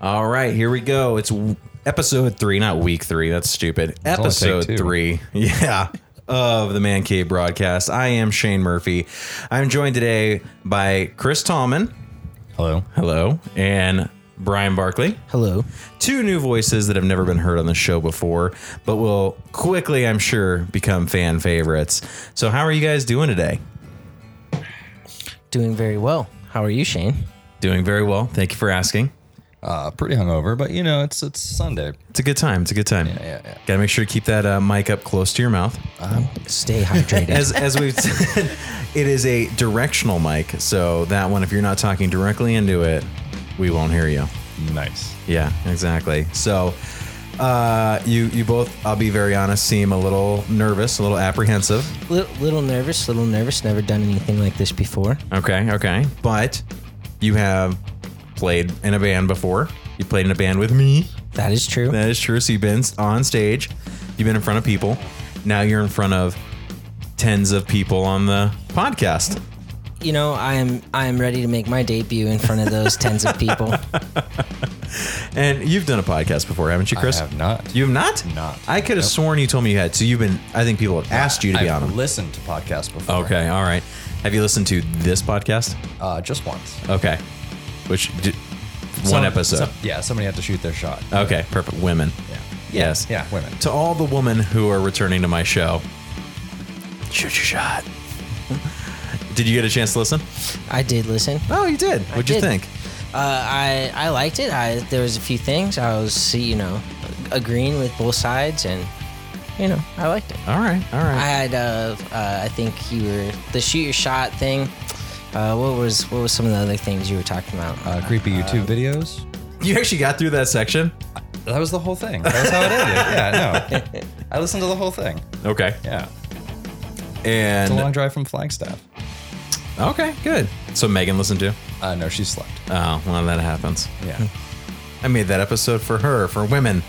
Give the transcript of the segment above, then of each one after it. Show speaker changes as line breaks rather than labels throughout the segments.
All right, here we go. It's w- episode three, not week three. That's stupid.
only take
episode
two.
three. Yeah. Of the Man Cave broadcast. I am Shane Murphy. I'm joined today by Chris Tallman.
Hello.
Hello. And Brian Barkley.
Hello.
Two new voices that have never been heard on the show before, but will quickly, I'm sure, become fan favorites. So, how are you guys doing today?
Doing very well. How are you, Shane?
Doing very well. Thank you for asking.
Uh, pretty hungover, but you know it's it's Sunday.
It's a good time. It's a good time. Yeah,
yeah, yeah.
Got to make sure to keep that uh, mic up close to your mouth.
Stay hydrated.
As, as we've said, it is a directional mic. So that one, if you're not talking directly into it, we won't hear you.
Nice.
Yeah, exactly. So uh, you you both, I'll be very honest, seem a little nervous, a little apprehensive.
little, little nervous, little nervous. Never done anything like this before.
Okay, okay. But you have played in a band before. You played in a band with me.
That is true.
That is true. So you've been on stage, you've been in front of people. Now you're in front of tens of people on the podcast.
You know, I am I am ready to make my debut in front of those tens of people.
And you've done a podcast before, haven't you, Chris?
I have not.
You have not?
Not.
I could have
Nope.
sworn you told me you had. So you've been, I think people have asked you to be
I've
on them.
listened to podcasts before.
Okay, all right. Have you listened to this podcast?
Uh, just once.
Okay. Which, d- one
Some-
episode. Uh,
some- yeah. Somebody had to shoot their shot.
okay, perfect. Women.
Yeah.
Yes.
Yeah. Women.
To all the women who are returning to my show, shoot your shot. did you get a chance to listen?
I did listen.
Oh, you did. What'd you
did.
think?
Uh, I I liked it. I there was a few things I was you know agreeing with both sides, and you know I liked it.
All right, all
I
right.
had uh, uh I think you were the shoot your shot thing. Uh, what was what was some of the other things you were talking about?
Uh, creepy YouTube videos.
you actually got through that section?
That was the whole thing. That was how it ended. Yeah. No. I listened to the whole thing.
Okay.
Yeah. It's a
And
long drive from Flagstaff.
okay, good. So Megan listened to?
Uh, no, she slept.
Oh, well, that happens.
Yeah.
Hmm. I made that episode for her, for women,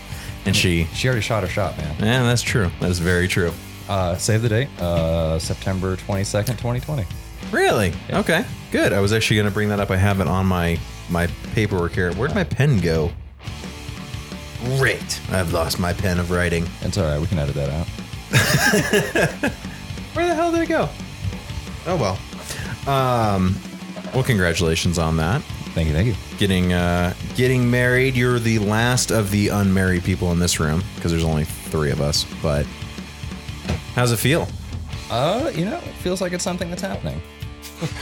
and she.
she already shot her shot, man.
Yeah, that's true. That is very true.
Uh, save the date. Uh, September twenty second, twenty twenty.
Really? Okay. Good. I was actually going to bring that up. I have it on my my paperwork here. Where'd my pen go? Great. I've lost my pen of writing.
It's all right. We can edit that out.
Where the hell did it go? Oh well. Um. Well, congratulations on that.
Thank you. Thank you.
Getting uh, getting married. You're the last of the unmarried people in this room because there's only three of us. But how's it feel?
Uh, you know, it feels like it's something that's happening.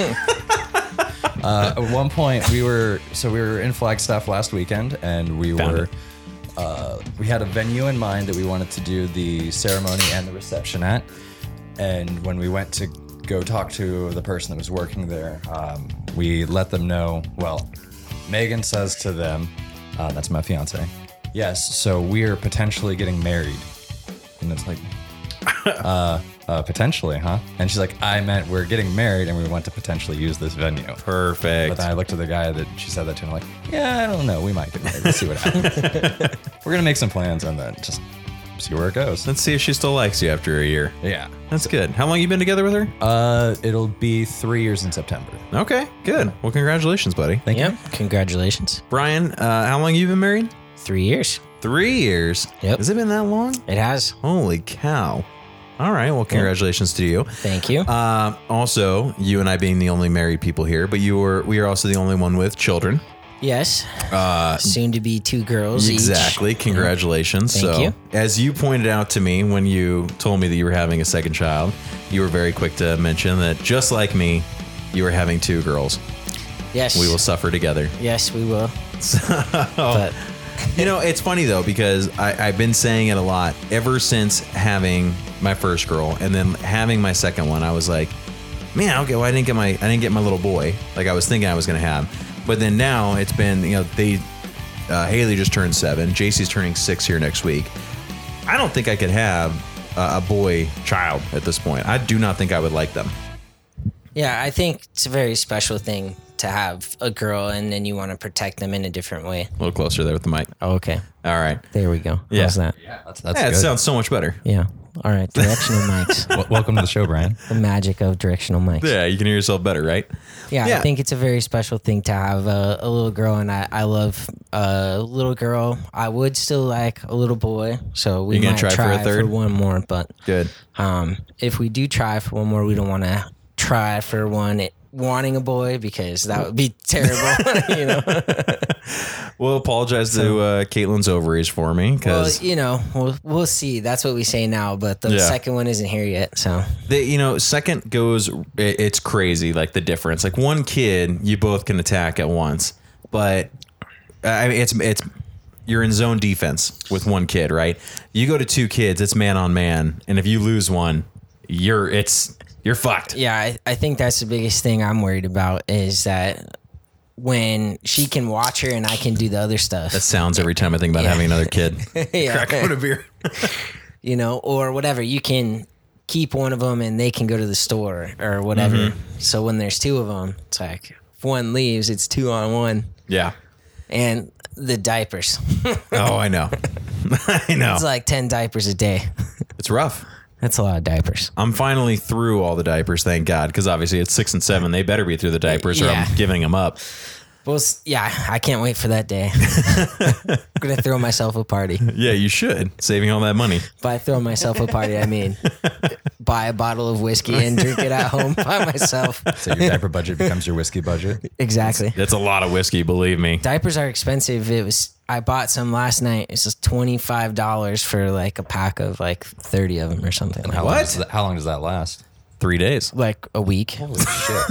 uh, at one point, we were so we were in Flagstaff last weekend, and we
Found
were
it.
uh, we had a venue in mind that we wanted to do the ceremony and the reception at. And when we went to go talk to the person that was working there, um, we let them know. Well, Megan says to them, uh, "That's my fiance." Yes, so we are potentially getting married, and it's like, uh, uh, potentially, huh? And she's like, "I meant we're getting married, and we want to potentially use this venue."
Perfect.
But then I looked at the guy that she said that to, and I'm like, yeah, I don't know. We might get married. Let's see what happens. We're gonna make some plans and then just see where it goes.
Let's see if she still likes you after a year.
Yeah.
That's good. How long you been together with her?
Uh, it'll be three years in September.
Okay, good. Well, congratulations, buddy.
Thank
yeah, congratulations.
Brian, uh, how long you been married?
Three years.
Three years.
Yep.
Has it been that long?
It has.
Holy cow. All right. Well, congratulations to you.
Thank you.
Uh, also, you and I being the only married people here, but you were we are also the only one with children.
yes.
Uh,
Soon to be two girls each.
exactly. Congratulations.
Thank
so,
you.
as you pointed out to me when you told me that you were having a second child, you were very quick to mention that just like me, you were having two girls.
Yes.
We will suffer together.
Yes, we will.
Oh.
but
You know, it's funny though because I, I've been saying it a lot ever since having my first girl and then having my second one. I was like, man, okay, well, I didn't get my I didn't get my little boy like I was thinking I was gonna have, but then now it's been you know they uh, Haley just turned seven, JC's turning six here next week. I don't think I could have a, a boy child at this point. I do not think I would like them.
yeah, I think it's a very special thing to have a girl and then you want to protect them in a different way.
A little closer there with the mic.
Oh, okay.
All right,
There we go.
Yeah.
How's that?
Yeah, that's that's
yeah, it
good.
sounds so much better.
Yeah. All right, directional mics.
W- welcome to the show, Brian.
The magic of directional mics.
Yeah, you can hear yourself better, right?
Yeah,
Yeah.
I think it's a very special thing to have a, a little girl, and I, I love a little girl. I would still like a little boy, so we
You gonna
might
try for a third?
one more. But
Good.
um, if we do try for one more, we don't want to try for one it, wanting a boy because that would be terrible. you know,
We'll apologize to uh, Caitlin's ovaries for me
well,
because
you know, we'll, we'll see. That's what we say now, but the
Yeah.
second one isn't here yet, so
they, you know, second goes, i- it's crazy, like the difference. Like one kid, you both can attack at once, but I mean, it's it's you're in zone defense with one kid, right? You go to two kids, it's man on man, and if you lose one, you're it's you're fucked.
yeah, I, I think that's the biggest thing I'm worried about is that when she can watch her and I can do the other stuff.
That sounds every time I think about having another kid.
Yeah.
Crack open a beer.
you know, or whatever. You can keep one of them and they can go to the store or whatever. So when there's two of them, it's like if one leaves, it's two on one.
Yeah.
And the diapers,
Oh, I know. I know.
it's like 10 diapers a day.
it's rough.
That's a lot of diapers.
I'm finally through all the diapers, thank God, because obviously it's six and seven. They better be through the diapers or
Yeah.
I'm giving them up.
Well, s- yeah, I can't wait for that day. I'm going to throw myself a party.
Yeah, you should. Saving all that money.
By throw myself a party, I mean buy a bottle of whiskey and drink it at home by myself.
So your diaper budget becomes your whiskey budget.
Exactly.
That's a lot of whiskey, believe me.
diapers are expensive. It was I bought some last night. It's just twenty five dollars for like a pack of like thirty of them or something. Like
How
that.
Long does that, how long does that last?
Three days.
Like a week.
Holy shit!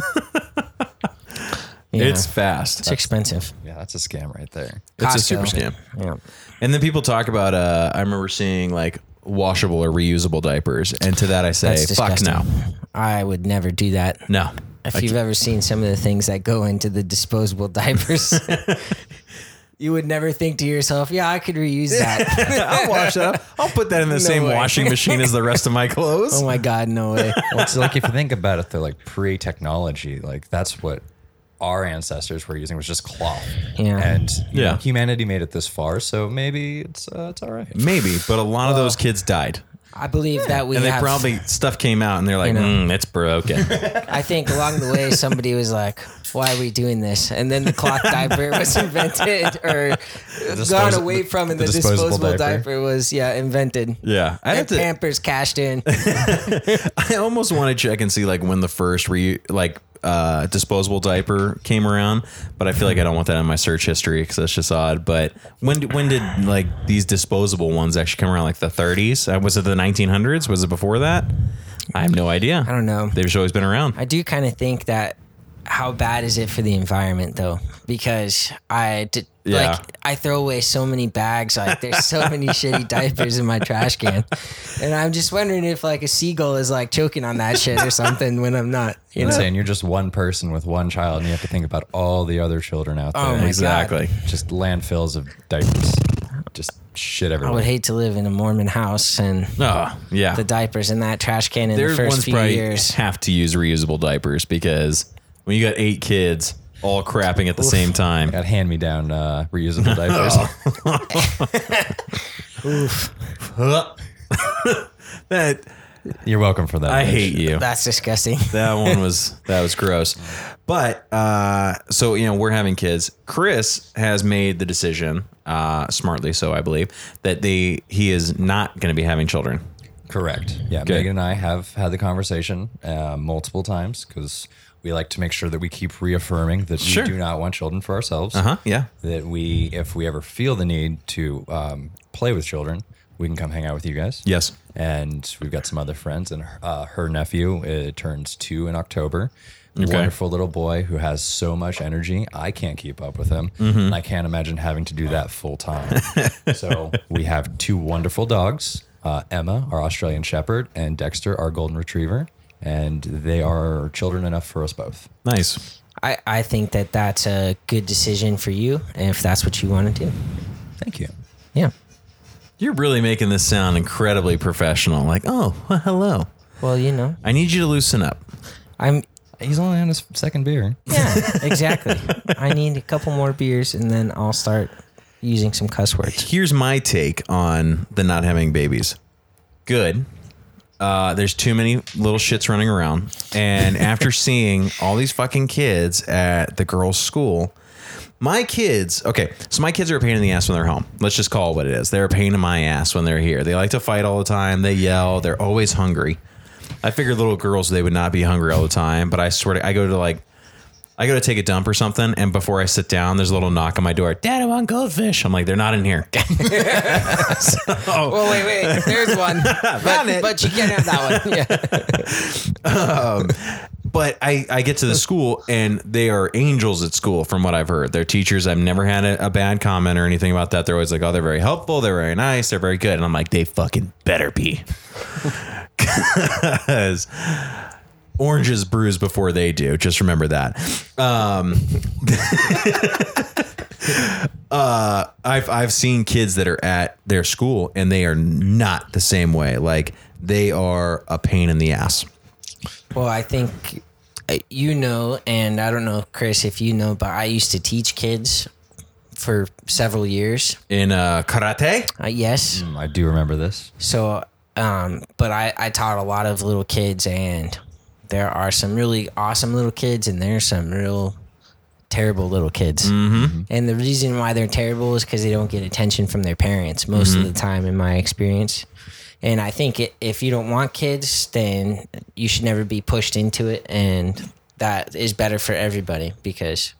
Yeah.
It's
It's
fast.
it's expensive.
Yeah, that's a scam right there.
It's a
Costco.
super scam.
Yeah.
And then people talk about, uh, I remember seeing like washable or reusable diapers. And to that I say,
That's
fuck no.
disgusting. I would never do that.
No.
If you've ever seen some of the things that go into the disposable diapers, you would never think to yourself, "Yeah, I could reuse that."
I'll wash that up. I'll put that in the same
way.
washing machine as the rest of my clothes.
oh my god, no way.
Well, it's like if you think about it, though, like pre-technology, like that's what our ancestors were using was just cloth.
Yeah.
And you
Yeah.
know, humanity made it this far, so maybe it's uh, it's all right.
Maybe, but a lot of those kids died.
I believe that we
And they
have-
probably stuff came out and they're like,
You know.
mm, it's broken.
I think along the way somebody was like, "Why are we doing this?" And then the cloth diaper was invented or gone
dispos-
away from, and
the
the,
disposable
disposable,
diaper.
diaper. was yeah invented.
yeah. I
And
have to
Pampers cashed in.
I almost want to check and see like when the first re like uh disposable diaper came around, but I feel like I don't want that in my search history because that's just odd. But when when did like these disposable ones actually come around? Like the 30s? Uh, was it the 1900s? Was it before that? I have no idea. I
don't know.
They've just always been around.
I do kind of think that how bad is it for the environment though? Because I did,
Yeah.
like I throw away so many bags. Like there's so many shitty diapers in my trash can, and I'm just wondering if like a seagull is like choking on that shit or something when I'm not. You know?
Insane. You're just one person with one child, and you have to think about all the other children out there.
Oh my
exactly.
Just landfills of diapers. Just shit everywhere.
I would hate to live in a Mormon house and
Oh, yeah.
the diapers in that trash can in
Their
the first
ones
few
probably
years.
have to use reusable diapers because when you got eight kids all crapping at the same time.
Got hand me down uh, reusable diapers.
That
You're welcome for that.
I
Mitch.
hate you.
That's disgusting.
that one was that was gross but uh so you know we're having kids chris has made the decision uh smartly so i believe that they he is not going to be having children
Correct. Yeah,
Good.
Megan and I have had the conversation uh, multiple times because we like to make sure that we keep reaffirming that
Sure.
we do not want children for ourselves.
uh-huh yeah
That we, if we ever feel the need to um, play with children, we can come hang out with you guys.
yes
And we've got some other friends, and uh, her nephew uh, turns two in October. Wonderful little boy who has so much energy. I can't keep up with him. And I can't imagine having to do that full time. so we have two wonderful dogs uh, Emma, our Australian Shepherd, and Dexter, our Golden Retriever. And they are children enough for us both.
nice
I, I think that that's a good decision for you if that's what you want to do.
Thank you.
Yeah.
you're really making this sound incredibly professional like oh well, hello
Well, you know,
i need you to loosen up
I'm.
He's only on his second beer.
Yeah, exactly. I need a couple more beers and then I'll start using some cuss words.
here's my take on the not having babies good uh, there's too many little shits running around. And after seeing all these fucking kids at the girls' school, my kids, okay, so my kids are a pain in the ass when they're home. Let's just call it what it is. They're a pain in my ass when they're here. They like to fight all the time. They yell. They're always hungry. I figured little girls they would not be hungry all the time, but I swear to I go to like I go to take a dump or something, and before I sit down, there's a little knock on my door. Dad, I want goldfish. I'm like, they're not in here.
Oh wait, wait. There's one,
Found
but,
it.
but you can't have that one. Yeah.
Um, but I, I get to the school and they are angels at school from what I've heard. Their teachers, I've never had a, a bad comment or anything about that. They're always like, oh, they're very helpful. They're very nice. They're very good. And I'm like, they fucking better be. Because oranges bruise before they do. Just remember that. Um, uh, I've, I've seen kids that are at their school and they are not the same way. Like they are a pain in the ass.
Well, I think uh, you know, and I don't know, Chris, if you know, but I used to teach kids for several years.
In uh, karate?
Uh, yes.
I do remember this.
So, um, but I, I taught a lot of little kids, and there are some really awesome little kids, and there's some real terrible little kids. Mm-hmm. And the reason why they're terrible is because they don't get attention from their parents most of the time, in my experience. And I think i if you don't want kids, then you should never be pushed into it, and that is better for everybody because.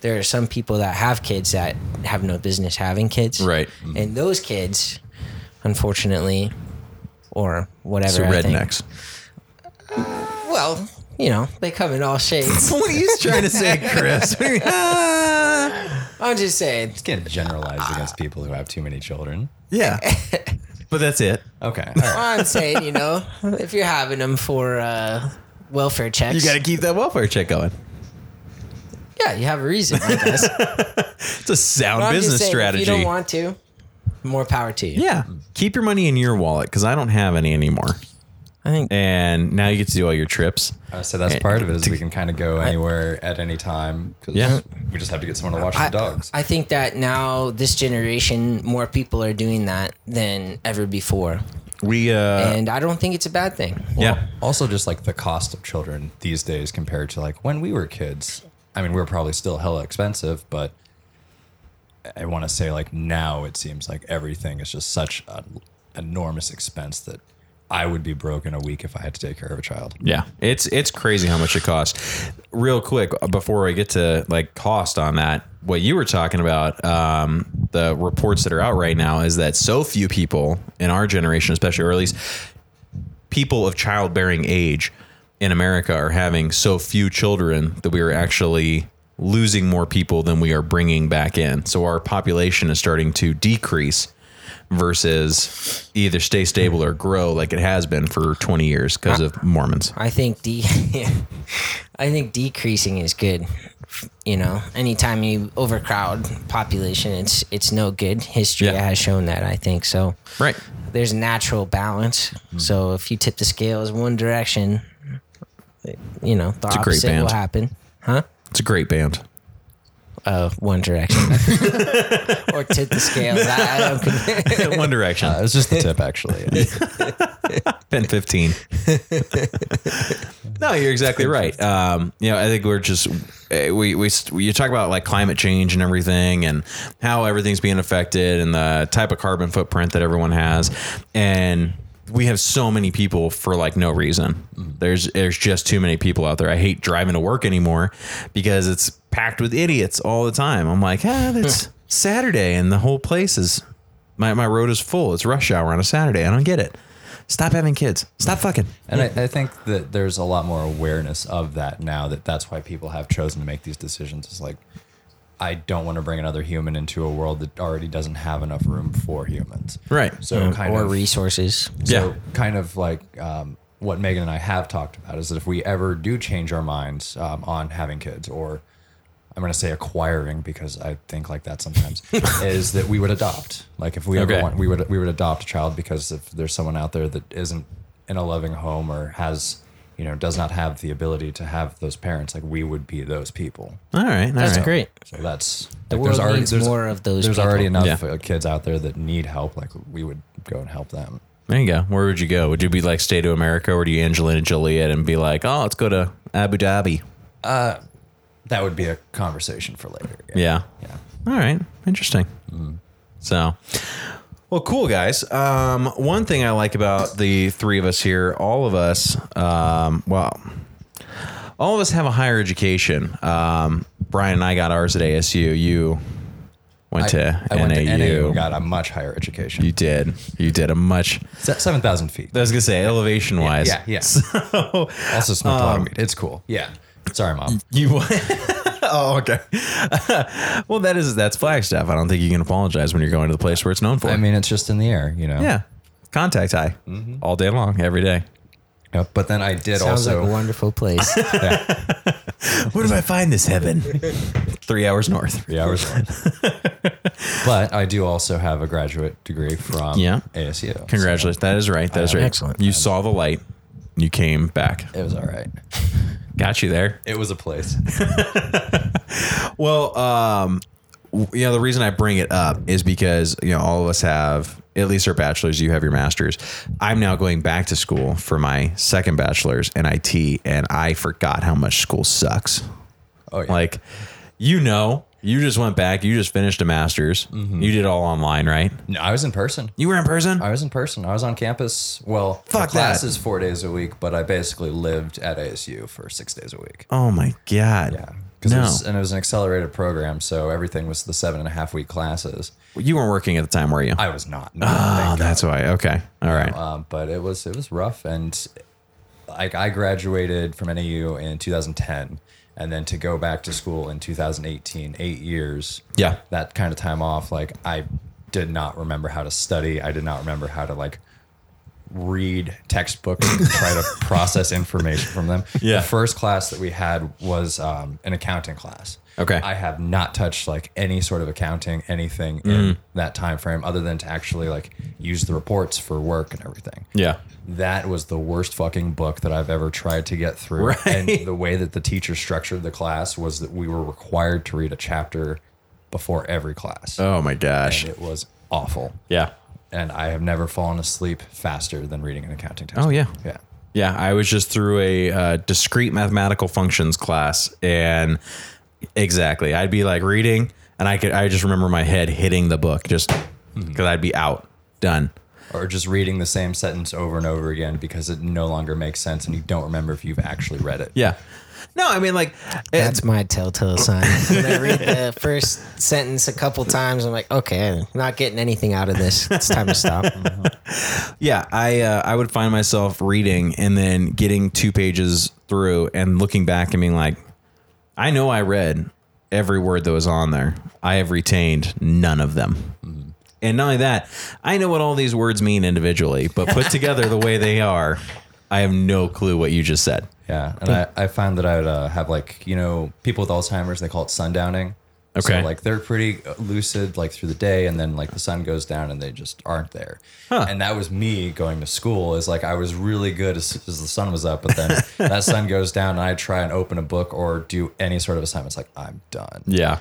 There are some people that have kids that have no business having kids.
Right.
And those kids, unfortunately, or whatever.
So
I think.
rednecks.
Well, you know, they come in all shades.
what are you trying to say, Chris?
I'm just saying.
Can't generalize against people who have too many children.
yeah, but that's it.
Okay.
I'm saying, you know, if you're having them for uh, welfare checks,
You got to keep that welfare check going.
yeah, you have a reason, I guess. But
It's a sound
I'm just
business
saying,
strategy.
If you don't want to, more power to you.
yeah, keep your money in your wallet because I don't have any anymore.
I think.
And now you get to do all your trips.
Uh, so that's part of it is we can kind of go anywhere at any time because
Yeah.
we just have to get someone to watch the dogs.
I think that now this generation, more people are doing that than ever before,
We uh,
and I don't think it's a bad thing.
yeah,
also, just like the cost of children these days compared to like when we were kids. I mean, we were probably still hella expensive, but I want to say like now it seems like everything is just such an enormous expense that I would be broke in a week if I had to take care of a child.
Yeah, it's it's crazy how much it costs. Real quick uh, before I get to like cost on that, what you were talking about, um, the reports that are out right now is that so few people in our generation, especially or at least people of childbearing age in America, are having so few children that we are actually losing more people than we are bringing back in. So our population is starting to decrease versus either stay stable or grow like it has been for 20 years because of Mormons.
I think de- I think decreasing is good. You know, anytime you overcrowd population, it's it's no good. History
Yeah.
has shown that. I think so.
Right.
There's natural balance.
Mm-hmm.
So if you tip the scales one direction, you know the
a great
opposite will
band.
happen, huh?
It's a great band.
Uh, one direction, or tip the scales. I, I don't. con-
One Direction.
It was just the tip, actually.
been 15. no, you're exactly right. Um, you know, I think we're just eh, we we st- you talk about like climate change and everything, and how everything's being affected, and the type of carbon footprint that everyone has, and we have so many people for like no reason. There's there's just too many people out there. I hate driving to work anymore because it's packed with idiots all the time. I'm like, ah, that's Saturday, and the whole place is my my road is full. It's rush hour on a Saturday. I don't get it. Stop having kids. Stop fucking.
And I, I think that there's a lot more awareness of that now. That that's why people have chosen to make these decisions. It's like, I don't want to bring another human into a world that already doesn't have enough room for humans.
Right.
So kind
or
of
resources.
so
Yeah.
kind of like um, what Megan and I have talked about is that if we ever do change our minds um, on having kids or I'm going to say acquiring because I think like that sometimes is that we would adopt. Like if we
Okay.
ever want, we would we would adopt a child because if there's someone out there that isn't in a loving home or has you know does not have the ability to have those parents, like we would be those people.
All right. all
That's
right.
great.
So that's
The
like,
world
there's already
needs
there's,
more of those.
there's
people.
already enough
Yeah.
uh kids out there that need help. Like we would go and help them.
There you go. Where would you go? Would you be like stay to America or do you Angelina Joliet and be like, oh, let's go to Abu Dhabi?
That would be a conversation for later.
Yeah. All right. Interesting. So, well, cool guys. Um, one thing I like about the three of us here, all of us, um, well, all of us have a higher education. Um, Brian and I got ours at ASU. You went to
I
NAU.
went to NAU and got a much higher education.
you did. You did a much.
Se- 7,000 feet.
I was gonna say elevation wise.
yeah, yeah. also smoked a lot
Um,
of weed. It's cool. Yeah. Sorry, mom.
You. oh, okay. well, that is that's Flagstaff. I don't think you can apologize when you're going to the place where it's known for.
I mean, it's just in the air, you know?
yeah, contact high all day long, every day.
Yep. But then I did
Sounds
also.
like a wonderful place.
Where do I find this heaven? Three hours north.
Three hours long. but I do also have a graduate degree from
Yeah.
ASU. so
Congratulations. That is right. That
Uh,
is right.
Excellent.
You saw the light. You came back.
it was all right.
Got you there.
It was a place.
Well, um, w- you know, the reason I bring it up is because, you know, all of us have at least our bachelor's, you have your master's. I'm now going back to school for my second bachelor's in IT, and I forgot how much school sucks.
Oh, yeah.
Like, you know, you just went back, you just finished a master's, you did all online, right?
No, I was in person.
You were in person?
Mm-hmm. I was in person. I was on campus. Well, the
Fuck that.
class is four days a week, but I basically lived at ASU for six days a week.
oh my God.
Yeah. Because
No.
it was, uh, and it was an accelerated program, so everything was the seven and a half week classes.
You weren't working at the time, were you?
I was not. No,
oh,
thank
that's why. Okay. All right.
God. Um, but it was it was rough, and like I graduated from NAU in 2010, and then to go back to school in 2018, eight years.
Yeah.
that kind of time off, like I did not remember how to study. I did not remember how to like read textbooks and try to process information from them.
Yeah.
The first class that we had was um, an accounting class.
Okay.
I have not touched like any sort of accounting, anything
Mm.
in that time frame other than to actually like use the reports for work and everything.
Yeah.
That was the worst fucking book that I've ever tried to get through.
Right.
And the way that the teacher structured the class was that we were required to read a chapter before every class.
Oh my gosh.
It was awful.
Yeah.
And I have never fallen asleep faster than reading an accounting text.
Oh, yeah.
Yeah.
Yeah, I was just through a uh, discrete mathematical functions class, and exactly, I'd be like reading, and I could, I just remember my head hitting the book just because I'd be out, done.
Or just reading the same sentence over and over again because it no longer makes sense and you don't remember if you've actually read it.
Yeah, no, I mean like, it,
That's my telltale sign. When I read the first sentence a couple times, I'm like, okay, I'm not getting anything out of this. It's time to stop.
yeah, I uh, I would find myself reading and then getting two pages through and looking back and being like, I know I read every word that was on there. I have retained none of them. And not only that, I know what all these words mean individually, but put together the way they are, I have no clue what you just said.
Yeah, and I, I found that I would uh, have like you know people with Alzheimer's they call it sundowning.
Okay.
So like they're pretty uh, lucid like through the day, and then like the sun goes down and they just aren't there. And that was me going to school. Is like I was really good as, as the sun was up, but then that sun goes down, and I try and open a book or do any sort of assignment. It's like I'm done.
Yeah.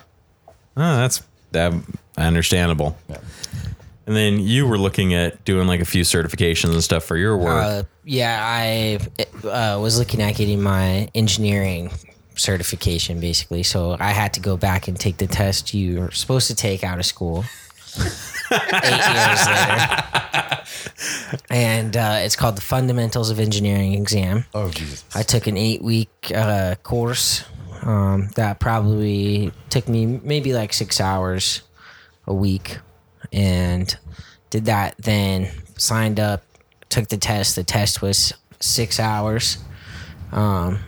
Oh, that's that understandable. And then you were looking at doing like a few certifications and stuff for your work.
Uh, yeah, I uh, was looking at getting my engineering certification basically. So I had to go back and take the test you were supposed to take out of school eight years later. And uh, it's called the Fundamentals of Engineering exam.
Oh Jesus!
I took an eight week uh, course um, that probably took me maybe like six hours a week and did that. Then signed up, took the test. The test was six hours, um,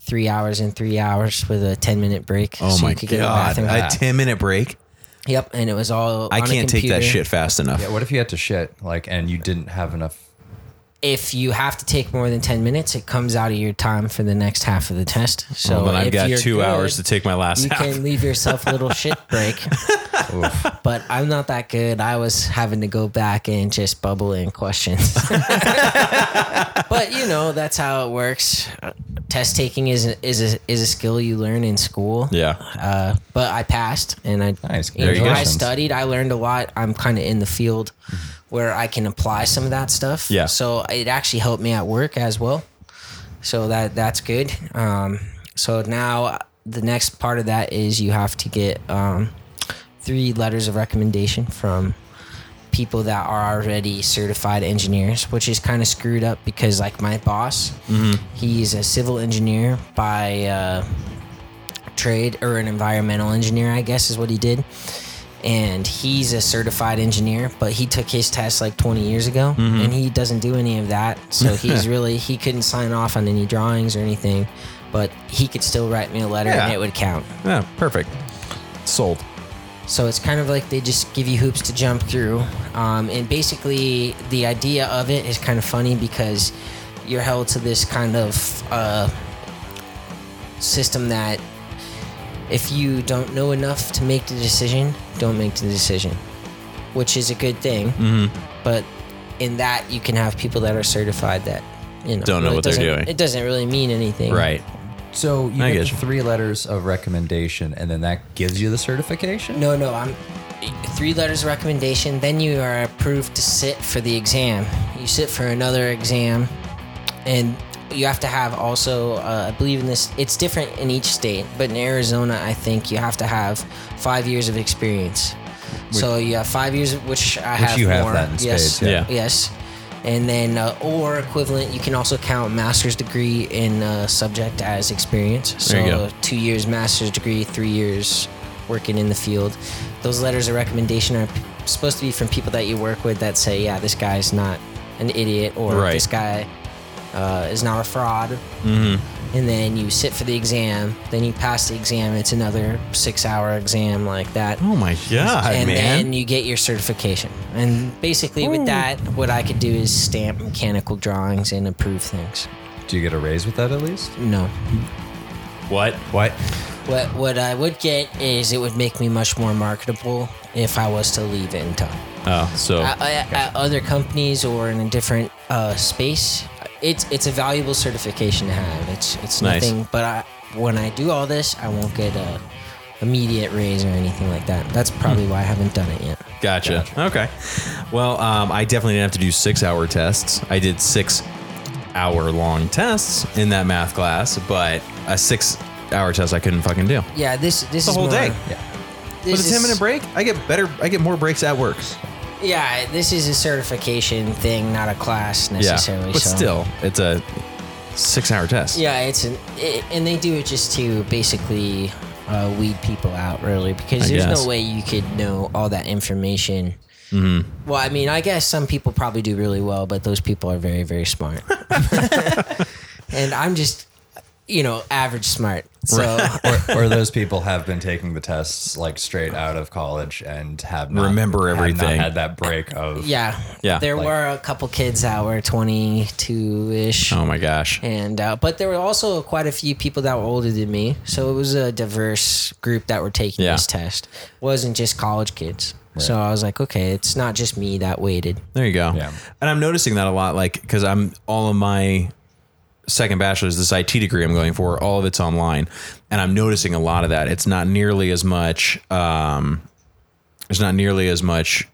three hours and three hours with a 10 minute break.
oh my
bath
god,
and-
a ten minute break.
yep. And it was all.
I
on a
can't take that
computer.
shit fast enough.
Yeah, what if you had to shit like and you didn't have enough?
if you have to take more than 10 minutes, it comes out of your time for the next half of the test. So
Well, then Oh, I've
if
got
you're
two
good,
hours to take my last
You
half.
can leave yourself a little shit break. but I'm not that good. I was having to go back and just bubble in questions. but you know, that's how it works. Uh, Test taking is a, is a, is a skill you learn in school.
yeah.
Uh, but I passed and I
Nice,
you know, I
congratulations.
studied. I learned a lot. I'm kind of in the field where I can apply some of that stuff.
Mm-hmm. Yeah.
So it actually helped me at work as well. So that that's good. Um, so now the next part of that is you have to get um, three letters of recommendation from people that are already certified engineers, which is kind of screwed up because like my boss, he's a civil engineer by uh, trade or an environmental engineer, I guess is what he did. And he's a certified engineer, but he took his test like 20 years ago and he doesn't do any of that. So he's really, he couldn't sign off on any drawings or anything, but he could still write me a letter and
Yeah.
it would count.
Yeah, perfect. Sold.
So it's kind of like they just give you hoops to jump through. Um, and basically, the idea of it is kind of funny because you're held to this kind of uh, system that if you don't know enough to make the decision, don't make the decision, which is a good thing.
Mm-hmm.
But in that, you can have people that are certified that you know
Don't know
really
what they're
doesn't-
doing.
It doesn't really mean anything,
Right.
So you
I
get
get
the
you.
three letters of recommendation, and then that gives you the certification.
No, no, I'm three letters of recommendation. Then you are approved to sit for the exam. You sit for another exam, and you have to have also, uh, I believe in this. It's different in each state, but in Arizona, I think you have to have five years of experience. so you have five years, which I have.
you have
more.
that in
yes,
spades,
yeah. Yeah.
Yes. And then, uh, or equivalent, you can also count master's degree in uh, subject as experience. So
There you go.
two years master's degree, three years working in the field. Those letters of recommendation are p- supposed to be from people that you work with that say, yeah, this guy's not an idiot or
Right.
this guy uh, is not a fraud.
Mm-hmm.
And then you sit for the exam, then you pass the exam. It's another six hour exam like that
Oh my god, man.
and then you get your certification. And basically, with that, what I could do is stamp mechanical drawings and approve things.
Do you get a raise with that at least?
No,
what?
What?
what what I would get is it would make me much more marketable if I was to leave Intel.
Oh, so
At, at- at other companies or in a different uh, space, it's it's a valuable certification to have. It's it's
Nice.
nothing. But I, when I do all this, I won't get a immediate raise or anything like that. That's probably
Hmm.
why I haven't done it yet.
Gotcha. Okay. Well, um, I definitely didn't have to do six hour tests. I did six hour long tests in that math class, but a six hour test I couldn't fucking do.
Yeah, this this
The
is
whole
more-
day.
Yeah.
This
With a 10
is-
minute break, I get better, I get more breaks at work.
Yeah, this is a certification thing, not a class
Yeah.
necessarily.
But
so-
still, it's a six hour test.
yeah, it's an, it, and they do it just to basically uh, weed people out, really, because
I
there's
guess.
no way you could know all that information.
Mm-hmm.
Well, I mean, I guess some people probably do really well, but those people are very, very smart, and I'm just, you know, average smart. So
or, or those people have been taking the tests like straight out of college and have not,
Remember
have not
everything.
had that break of
yeah,
Yeah,
there
like-
were a couple kids that were 22 ish.
Oh my gosh.
and uh, but there were also quite a few people that were older than me so it was a diverse group that were taking
Yeah.
this test wasn't just college kids so i was like okay it's not just me that waited
There you go.
Yeah.
And I'm noticing that a lot, like, because I'm all of my second bachelor's, this IT degree I'm going for, all of it's online. And I'm noticing a lot of that. It's not nearly as much, um, there's not nearly as much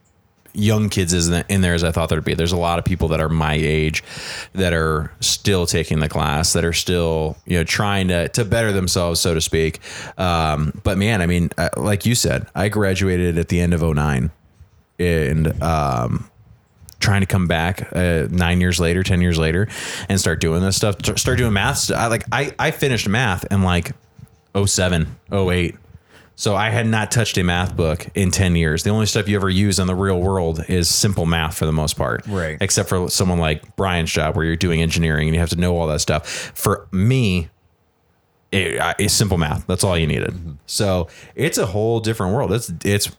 young kids is in in there as I thought there'd be. There's a lot of people that are my age that are still taking the class, that are still you know trying to to better themselves, so to speak. Um, but man, I mean, uh, like you said, I graduated at the end of '09, and um, trying to come back uh, nine years later, ten years later, and start doing this stuff, t- start doing math. st- I, like I I finished math in like 07, 08. So I had not touched a math book in 10 years. The only stuff you ever use in the real world is simple math for the most part.
Right.
Except for someone like Brian's job where you're doing engineering and you have to know all that stuff. For me, it, I- it's simple math. That's all you needed. So it's a whole different world. It's it's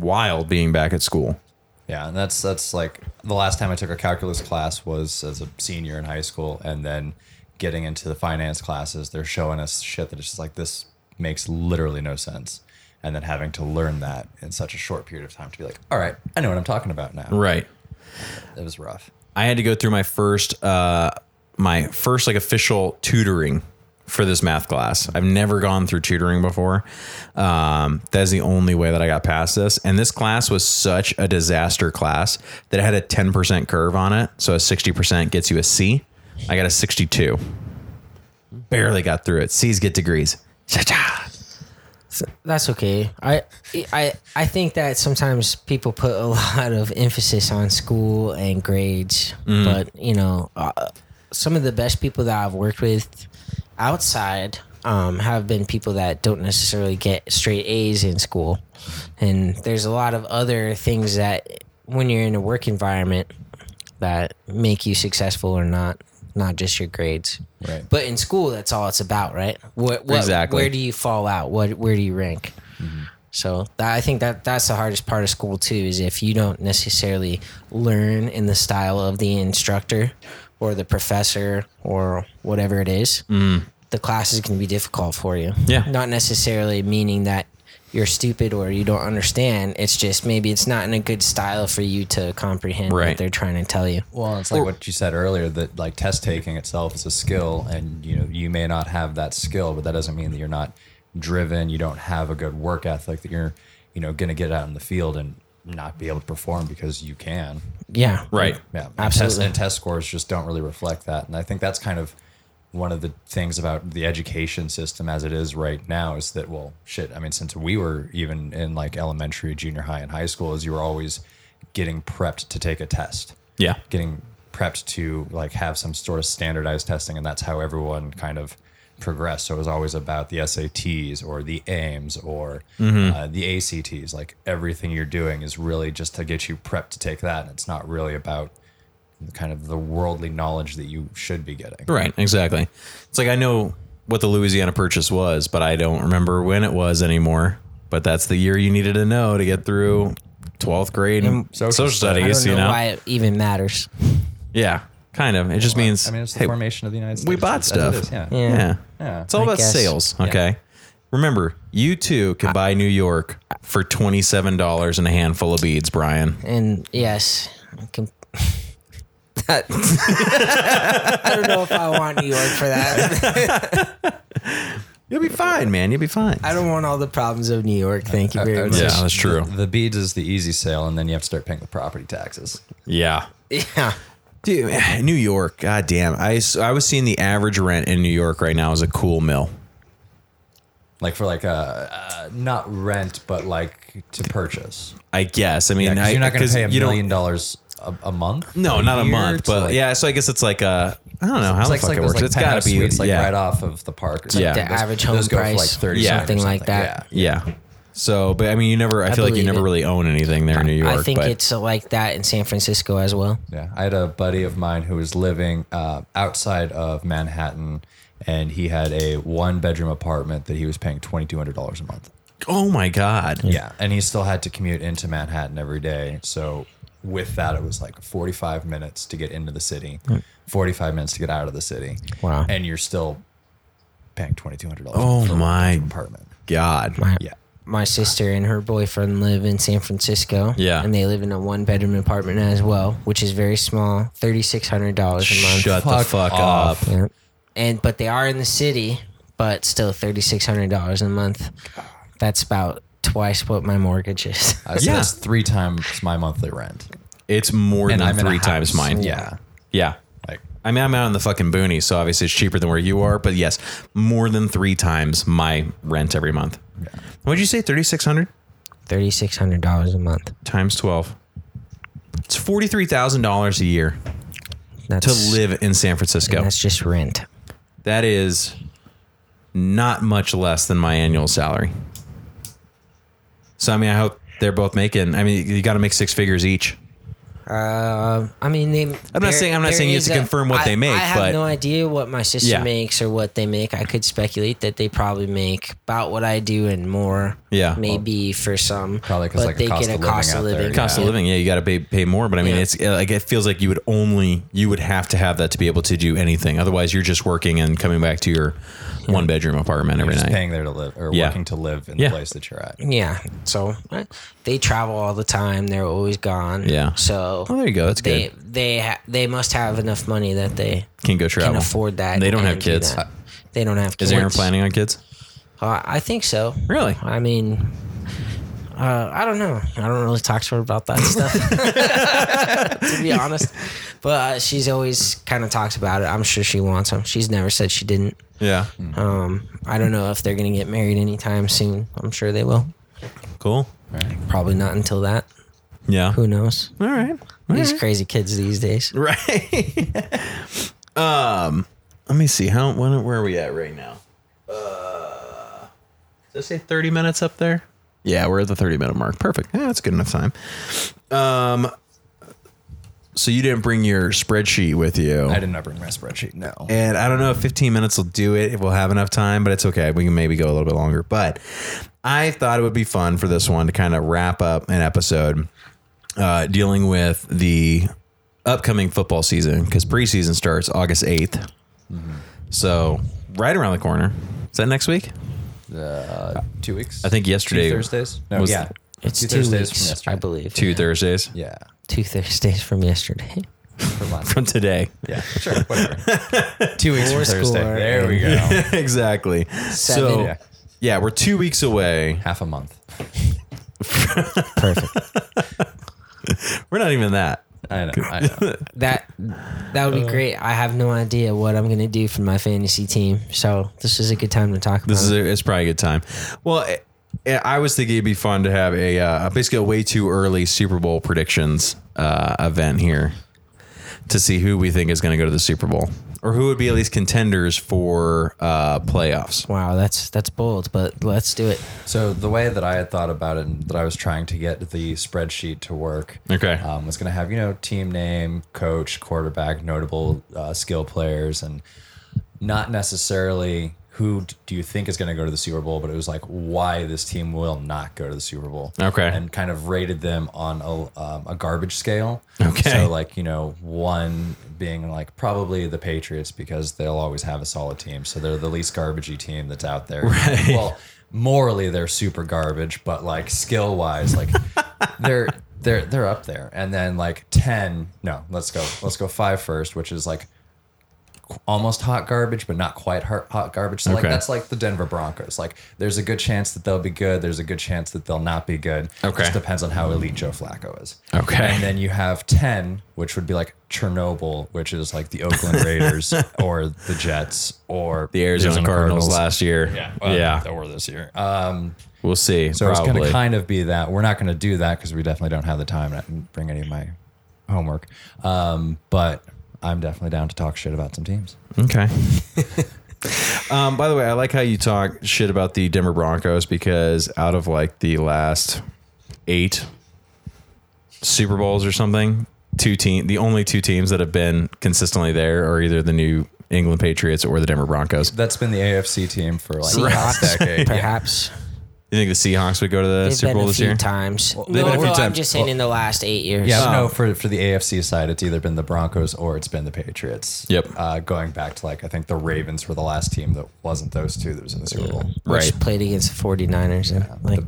wild being back at school.
Yeah, and that's that's like the last time I took a calculus class was as a senior in high school, and then getting into the finance classes, they're showing us shit that it's just like this makes literally no sense, and then having to learn that in such a short period of time to be like, all right, I know what I'm talking about now.
Right.
It was rough.
I had to go through my first uh my first like official tutoring for this math class. I've never gone through tutoring before. Um, that's the only way that I got past this. And this class was such a disaster class that it had a 10% curve on it. So a 60% gets you a C. I got a 62. Barely got through it. C's get degrees. Cha-cha.
That's okay. I I I think that sometimes people put a lot of emphasis on school and grades, but you know, uh, some of the best people that I've worked with outside um, have been people that don't necessarily get straight A's in school, and there's a lot of other things that when you're in a work environment that make you successful or not, not just your grades.
Right.
But in school, that's all it's about, right? What, what,
Exactly. Mm-hmm.
Where do you fall out? What where do you rank? So that, I think that that's the hardest part of school too is if you don't necessarily learn in the style of the instructor or the professor or whatever it is, the class is going to be difficult for you.
Mm. Yeah.
Not necessarily meaning that you're stupid or you don't understand. It's just maybe it's not in a good style for you to comprehend
Right.
what they're trying to tell you.
Well, it's like what you said earlier that like test taking itself is a skill, and you know you may not have that skill, but that doesn't mean that you're not driven. You don't have a good work ethic that you're, you know, going to get out in the field and not be able to perform because you can.
Yeah.
Right.
Yeah, And
Absolutely.
test, and test scores just don't really reflect that, and I think that's kind of one of the things about the education system as it is right now is that well, shit. I mean, since we were even in like elementary, junior high, and high school, is you were always getting prepped to take a test
Yeah.
getting prepped to like have some sort of standardized testing and that's how everyone kind of progressed so it was always about the sats or the aims or
Mm-hmm.
uh, the acts like everything you're doing is really just to get you prepped to take that and it's not really about kind of the worldly knowledge that you should be getting
Right, exactly. It's like I know what the Louisiana Purchase was, but I don't remember when it was anymore. But that's the year you needed to know to get through 12th grade and social,
social
studies,
I don't know,
you know?
why it even matters.
Yeah, kind of. It just means
i mean it's the
hey,
formation of the united states
we bought
That's what
stuff.
it is, yeah.
Yeah.
yeah.
Yeah.
It's all
I
about
guess.
sales, okay? Remember, you too can buy New York for $27 and a handful of beads, Brian.
And yes, I can. that, I don't know if I want New York for that.
You'll be fine, man. You'll be fine.
I don't want all the problems of New York. Thank you
I
very
would
much.
Uh, yeah,
say
that's true.
the beads is the easy sale and then you have to start paying the property taxes
Yeah.
Yeah.
Dude, New York, god damn. I, s- I was seeing the average rent in New York right now is a cool mill.
like for like uh, uh not rent but like to purchase
I guess. I mean,
Yeah, 'cause
I,
you're not going to
'cause
pay a
you don't-
million dollars a, a month.
No, not a
year?
month,
It's
but
like-
yeah. So I guess it's like a. I don't know how
it's
the
like,
fuck
like
it
those,
works.
like,
it's got
penthouse
to be
suites, like
yeah,
right off of the park. Or
Yeah.
The
Those-
average home
those go for,
price,
like, 30
Yeah.
something, like that.
Yeah.
yeah. So, but I mean, you never. I, feel like you
believe
never
it.
really own anything there in New York.
I think
but
it's uh, like that in San Francisco as well.
Yeah, I had a buddy of mine who was living uh, outside of Manhattan, and he had a one-bedroom apartment that he was paying twenty-two hundred dollars a month.
oh my god.
Yeah, and he still had to commute into Manhattan every day. So with that, it was like 45 minutes to get into the city,
Hmm.
45 minutes to get out of the city.
Wow.
And you're still paying $2,200
Oh my
apartment.
god.
Yeah.
My sister and her boyfriend live in San Francisco.
Yeah.
And they live in a one bedroom apartment as well, which is very small, $3,600 a month.
Shut the
Fuck
fuck
off.
up.
Yeah. And but they are in the city, but still thirty six hundred dollars a month. That's about twice what my mortgage is.
Uh, so
Yeah.
That's three times my monthly rent.
It's more than
I'm in a
three times
house.
mine.
Yeah.
Yeah.
Like,
I mean, I'm out in the fucking boonies, so obviously it's cheaper than where you are. But yes, more than three times my rent every month. What'd you say? Thirty six hundred
Thirty six hundred dollars a month.
times twelve. It's forty three thousand dollars a year.
That's
to live in San Francisco.
That's just rent.
that is not much less than my annual salary. So I mean, I hope they're both making. I mean, you got to make six figures each.
Uh, I mean, they, I'm
not saying- I'm not saying you have to confirm what they make,
I have
but-
no idea what my sister
Yeah.
makes or what they make. I could speculate that they probably make about what I do and more.
Yeah.
maybe for some.
Probably 'cause,
but
like, the
they
cost
get a
of living
cost
out
of
there,
living.
yeah.
Cost of living, yeah, you got to pay pay more. But I mean,
Yeah.
it's uh, like it feels like you would only you would have to have that to be able to do anything. Otherwise, you're just working and coming back to your one bedroom apartment every
just
night.
paying there to live or
Yeah.
working to live in
Yeah.
the place that you're at.
Yeah. So eh, they travel all the time. They're always gone.
Yeah.
So
Well, there you go. That's
they
good.
they ha- they must have enough money that they
Can go travel.
can afford that.
They don't
and
have
do
kids.
that. They don't have kids.
Is Aaron planning on kids?
Uh, I think so.
Really?
I mean, uh, I don't know. I don't really talk to her about that stuff, to be honest. But uh, she's always kind of talks about it. I'm sure she wants them. She's never said she didn't.
Yeah.
Um, I don't know if they're going to get married anytime soon. I'm sure they will.
Cool.
Probably not until that.
Yeah.
Who knows?
All right.
These crazy kids these days.
Right. um. Let me see. How? When, where are we at right now? Uh. Did I say thirty minutes up there? Yeah, we're at the thirty minute mark. Perfect. Yeah, that's good enough time. Um. So you didn't bring your spreadsheet with you.
I did not bring my spreadsheet. No.
And I don't know if 15 minutes will do it, if we'll have enough time, but it's okay. We can maybe go a little bit longer. But I thought it would be fun for this one to kind of wrap up an episode uh, dealing with the upcoming football season because preseason starts August 8th.
Mm-hmm.
So, right around the corner. Is that next week?
Uh, two weeks.
I think yesterday.
Two Thursdays. No.
was-
yeah.
It's
Two
two,
Thursdays from
weeks,
yesterday.
I believe.
Two Thursdays
Yeah.
Two Thursdays from yesterday.
For last.
from today.
yeah. Sure. Whatever.
Two weeks
Or Thursday. There we go. Oh.
exactly. So,
Seven.
yeah.
Yeah.
we're two weeks away.
Half a month.
Perfect.
We're not even that.
I know. I know.
That that would be great. I have no idea what I'm gonna do for my fantasy team, so this is a good time to talk about.
This is a,
it.
it's probably a good time. Well, eh, eh, I was thinking it'd be fun to have a uh, basically a way too early Super Bowl predictions uh, event here to see who we think is going to go to the Super Bowl or who would be at least contenders for uh, playoffs.
wow, that's that's bold, but let's do it.
So the way that I had thought about it, and that I was trying to get the spreadsheet to work,
Okay.
um, was going to have you know team name, coach, quarterback, notable uh, skill players, and not necessarily who d- do you think is going to go to the Super Bowl, but it was like why this team will not go to the Super Bowl.
Okay.
and kind of rated them on a um, a garbage scale.
Okay.
so like you know one being like probably the Patriots because they'll always have a solid team, so they're the least garbagey team that's out there.
Right.
Well, morally they're super garbage, but like skill wise, like they're they're they're up there. And then like ten, no, let's go let's go five first, which is like qu- almost hot garbage, but not quite hot, hot garbage. So like
Okay.
that's like the Denver Broncos. Like there's a good chance that they'll be good. There's a good chance that they'll not be good.
Okay.
just depends on how elite Joe Flacco is.
Okay.
and then you have ten, which would be like Chernobyl, which is like the Oakland Raiders or the Jets or
The Arizona, Cardinals, last year.
Yeah,
yeah.
or this year.
We'll see.
So it's going
probably.
to kind of be that. We're not going to do that because we definitely don't have the time. and I didn't bring any of my homework. Um, but I'm definitely down to talk shit about some teams.
Okay. um, by the way, I like how you talk shit about the Denver Broncos because out of like the last eight Super Bowls or something, two team the only two teams that have been consistently there are either the New England Patriots or the Denver Broncos.
That's been the AFC team for like the last
Seahawks,
decade.
perhaps.
You think the Seahawks would go to the
They've
Super
been
Bowl
a
this
few
year?
times.
they've
no,
been a few
no, I'm
times.
just saying in the last eight years.
Yeah, no, for, for the AFC side, it's either been the Broncos or it's been the Patriots.
Yep.
Uh, going back to like, I think the Ravens were the last team that wasn't those two that was in the Super Bowl.
Right.
Which played against the 49ers in like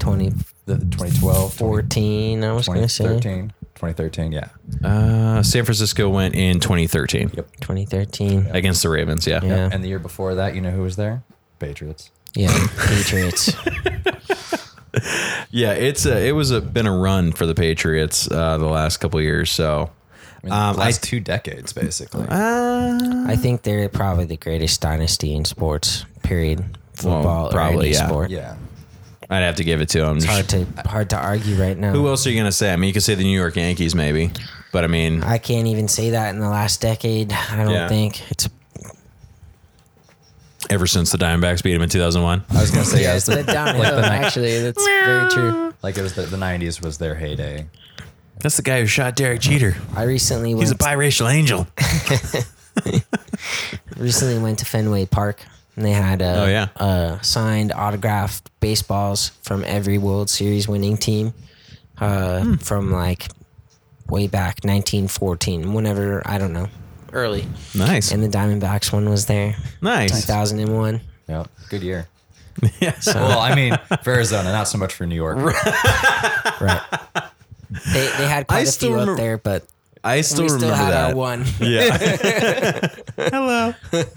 The 2012,
2014, I was going to say.
2013, 2013, yeah.
Uh, San Francisco went in 2013
Yep.
2013.
against the Ravens. Yeah.
Yeah.
And the year before that, you know who was there? Patriots.
Yeah, Patriots.
Yeah, it's a it was a been a run for the Patriots uh, the last couple of years. So
I mean,
Um,
the last two decades, basically.
I think they're probably the greatest dynasty in sports. Period.
Well,
Football, or
probably,
any
yeah.
sport.
yeah.
I'd have to give it to them.
It's hard to hard to argue right now.
Who else are you gonna say? I mean, you could say the New York Yankees, maybe, but I mean,
I can't even say that in the last decade. I don't
Yeah.
think it's.
ever since the Diamondbacks beat him in 2001,
I was gonna say yeah,
Yeah,
it
it's
was the-
been downhill. actually, that's very true.
like it was the, the '90s was their heyday.
that's the guy who shot Derek Jeter.
I recently
He's
went.
a biracial angel.
recently went to Fenway Park and they had uh,
Oh, yeah.
uh, signed autographed baseballs from every World Series winning team uh,
Hmm.
from like way back 1914, whenever, I don't know, early.
Nice,
And the Diamondbacks one was there,
nice.
2001.
Yeah, good year.
Yes.
Well, I mean, for Arizona, not so much for New York.
Right. they, they had quite a
still
few
remember-
up there, but
I still
we
remember
still had
that.
our one.
Yeah. Hello. Uh,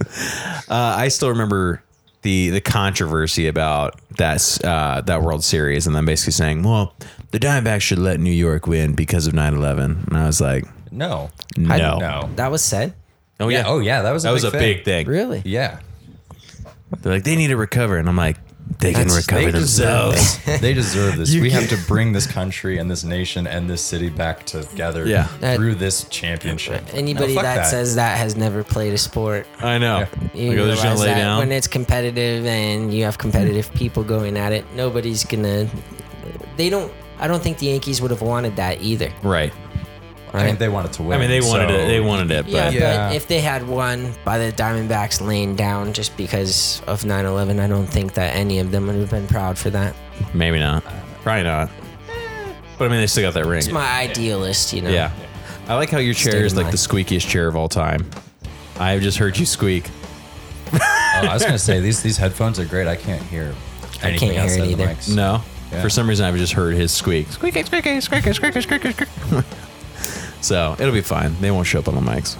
I still remember the the controversy about that uh, that World Series, and then basically saying, "Well, the Diamondbacks should let New York win because of 9/11." And I was like,
No.
"No,
No.
That was said.
oh yeah,
Yeah. Oh yeah, that was a
that was
big
a
thing.
big thing."
Really?
Yeah.
They're like, "They need to recover," and I'm like, "They can
That's-
recover
deserve
themselves."
this. they deserve this.
You
we have to
can't-
bring this country and this nation and this city back together
Yeah.
That-
through this championship.
Anybody
No, fuck
that, says that has never played a sport.
I know.
You
Like, they're just gonna
realize
lay
that
down.
when it's competitive and you have competitive people going at it, nobody's gonna. They don't. I don't think the Yankees would have wanted that either.
right.
I mean, they wanted to win.
I mean, they wanted
so-
it. They wanted it,
Yeah,
but
Yeah.
but if they had won by the Diamondbacks laying down just because of 9/11, I don't think that any of them would have been proud for that.
maybe not. Probably not. But I mean, they still got that ring.
It's my idealist, you know.
Yeah. I like how your chair
State
is
of
like
mind.
the squeakiest chair of all time. I've just heard you squeak.
Oh, I was gonna say these these headphones are great. I can't hear anything
can't hear it
outside the
either.
mics.
No.
Yeah.
For some reason, I've just heard his squeak. Squeaky, squeaky, squeaky, squeaky, squeaky, squeaky. so it'll be fine. They won't show up on the mics.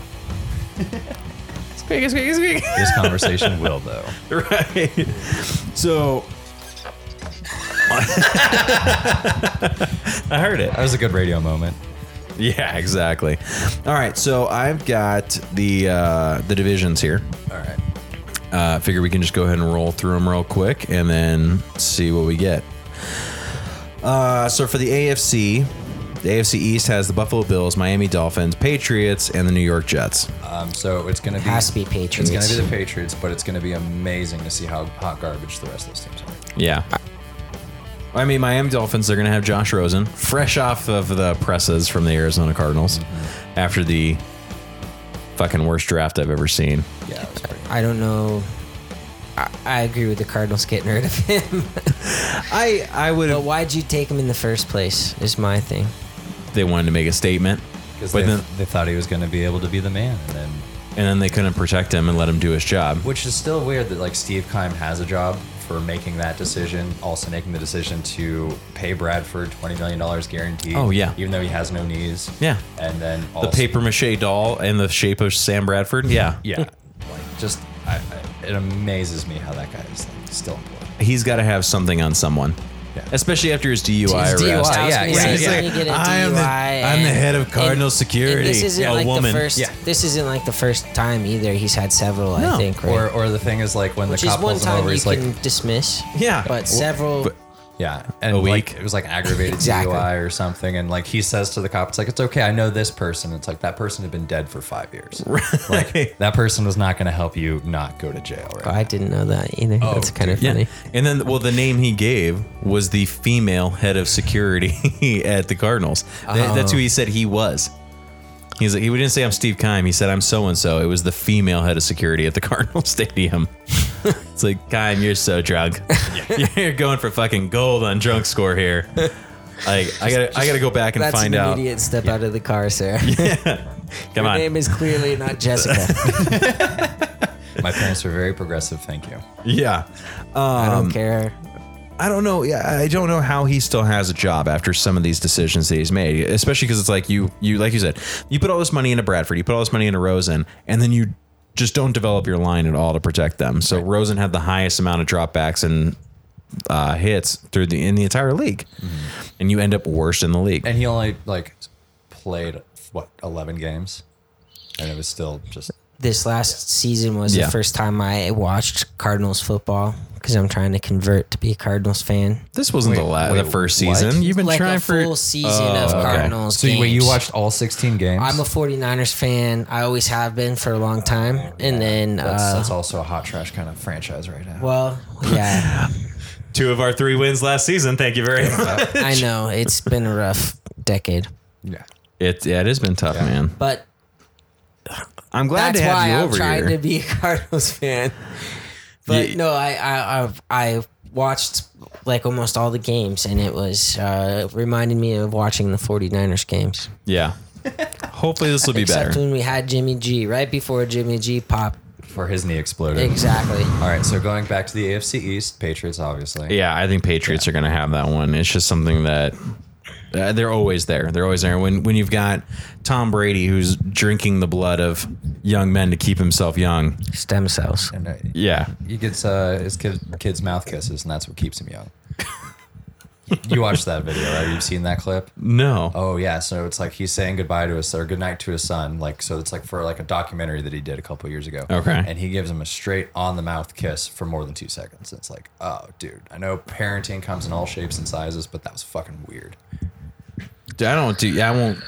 squeaky, squeaky, squeaky.
This conversation will though.
right. So. I heard it.
That was a good radio moment.
Yeah, exactly. All right, so I've got the uh, the divisions here.
All right.
Uh, figure we can just go ahead and roll through them real quick and then see what we get. Uh, so for the AFC, the AFC East has the Buffalo Bills, Miami Dolphins, Patriots, and the New York Jets.
Um, so it's gonna be
Has to be
It's
Patriots.
gonna be the Patriots, but it's gonna be amazing to see how hot garbage the rest of those teams are.
Yeah. I mean, Miami Dolphins, they're going to have Josh Rosen, fresh off of the presses from the Arizona Cardinals after the fucking worst draft I've ever seen.
Yeah. It was pretty
I don't know. I, I agree with the Cardinals getting rid of him.
I, I would
but why'd you take him in the first place? Is my thing.
they wanted to make a statement,
Because
but
they,
then,
they thought he was going to be able to be the man, and then
and then they couldn't protect him and let him do his job.
which is still weird that like Steve Keim has a job for making that decision, also making the decision to pay Bradford twenty million dollars guaranteed.
Oh, yeah.
even though he has no knees.
Yeah.
and then
the
also,
paper mache doll in the shape of Sam Bradford. Yeah,
Yeah, like just I, I, it amazes me how that guy is like, still employed.
he's got to have something on someone,
Yeah.
especially after his DUI
His
arrest.
DUI,
yeah,
I was
yeah,
gonna say,
yeah.
he's gonna get a
I am the-
DUI
I'm the
and-
head of Cardinal security.
And this isn't
Yeah, a
like
woman.
the first.
Yeah.
This isn't like the first time either. He's had several,
No.
I think. Right?
Or, or the thing is like when
Which
the
is
cop
one
pulls him
time
over,
you
he's like,
can dismiss.
Yeah.
But several.
but-
yeah, and
A
like,
week.
it was like aggravated
Exactly.
DUI or something, and like he says to the cop, it's like it's okay, I know this person. It's like that person had been dead for five years. Like that person was not going to help you not go to jail. Right?
I didn't know that either. That's kind of
Yeah.
funny.
And then, well, the name he gave was the female head of security at the Cardinals. That-
Oh.
that's who he said he was. He's like, he didn't say I'm Steve Kime. He said I'm so and so. It was the female head of security at the Cardinal Stadium. it's like Kime, you're so drunk. you're going for fucking gold on drunk score here. Like I gotta, I gotta go back and
That's
find
an
out.
immediate step out of the car, sir.
Come
Her
on.
name is clearly not Jessica.
My parents were very progressive. Thank you.
yeah.
I don't care.
I don't know. Yeah, I don't know how he still has a job after some of these decisions that he's made. Especially because it's like you, you like you said, you put all this money into Bradford, you put all this money into Rosen, and then you just don't develop your line at all to protect them. So Rosen had the highest amount of dropbacks and uh, hits through the in the entire league, and you end up worst in the league.
And he only like played what eleven games, and it was still just
This last season was
Yeah.
the first time I watched Cardinals football because I'm trying to convert to be a Cardinals fan.
this wasn't the, la-
wait,
the first
what?
season. You've been
like
trying
a
for
full season of
okay.
Cardinals.
So you, wait, you
games.
watched all sixteen games?
I'm a 49ers fan. I always have been for a long time. And then,
that's,
uh,
that's also a hot trash kind of franchise right now.
well, yeah,
two of our three wins last season. Thank you very much.
I know it's been a rough decade,
yeah.
It yeah, it has been tough, man.
but
I'm glad
that's
to have
why
you
I'm
over
trying
here.
to be a Cardinals fan. But
Yeah.
no, I, I I I watched like almost all the games, and it was uh, it reminded me of watching the 49ers games.
yeah. Hopefully this will be
Except
better.
when we had Jimmy G right before Jimmy G popped.
Before his knee exploded.
Exactly.
All right, so going back to the AFC East, Patriots, obviously.
Yeah, I think Patriots are going to have that one. It's just something that Uh, they're always there. They're always there. When when you've got Tom Brady who's drinking the blood of young men to keep himself young.
Stem cells.
And uh,
Yeah.
he gets uh, his kid, kids mouth kisses, and that's what keeps him young. you watched that video, right? You've seen that clip.
No.
Oh yeah, so it's like he's saying goodbye to his or goodnight to his son. Like so, it's like for like a documentary that he did a couple years ago.
Okay.
and he gives him a straight on the mouth kiss for more than two seconds. It's like, oh dude, I know parenting comes in all shapes and sizes, but that was fucking weird.
Dude, I don't do I won't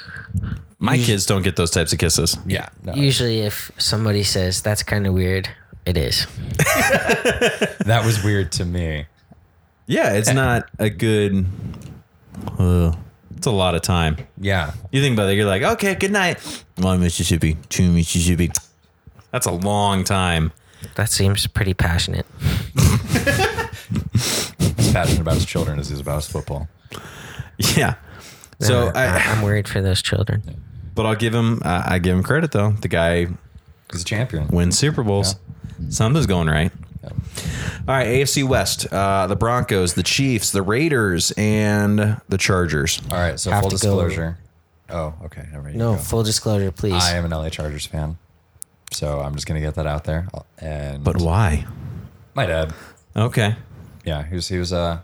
my kids don't get those types of kisses.
Yeah, no,
Usually, if somebody says that's kind of weird, it is.
that was weird to me.
Yeah, it's not a good uh, it's a lot of time.
Yeah,
You think about it, you're like, okay, good night. One Mississippi, two Mississippi. That's a long time.
That seems pretty passionate.
as passionate about his children as he's about his football.
Yeah. So
Uh,
I,
I'm worried for those children.
but I'll give him, I, I give him credit though. The guy
He's a champion.
wins Super Bowls. Something's going right. All right, AFC West, uh, the Broncos, the Chiefs, the Raiders, and the Chargers.
All right, so
Have
full
to go.
disclosure. Oh, okay. Never mind. You
No,
go.
full disclosure, please.
I am an LA Chargers fan, so I'm just gonna get that out there. And
But why?
my dad,
Okay.
yeah, he was he was uh,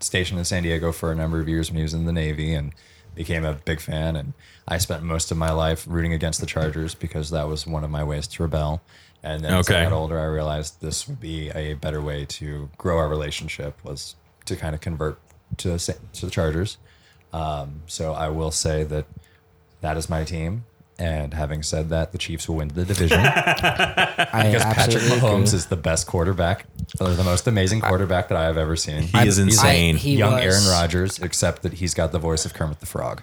stationed in San Diego for a number of years when he was in the Navy and became a big fan. And I spent most of my life rooting against the Chargers because that was one of my ways to rebel. And then as
Okay.
I got older, I realized this would be a better way to grow our relationship was to kind of convert to the, Sa- to the Chargers. Um, so I will say that that is my team. And having said that, the Chiefs will win the division.
I
Because Patrick
absolutely agree.
Mahomes is the best quarterback, uh, the most amazing quarterback that I have ever seen.
He is insane.
I- he-
young
was-
Aaron Rodgers, except that he's got the voice of Kermit the Frog.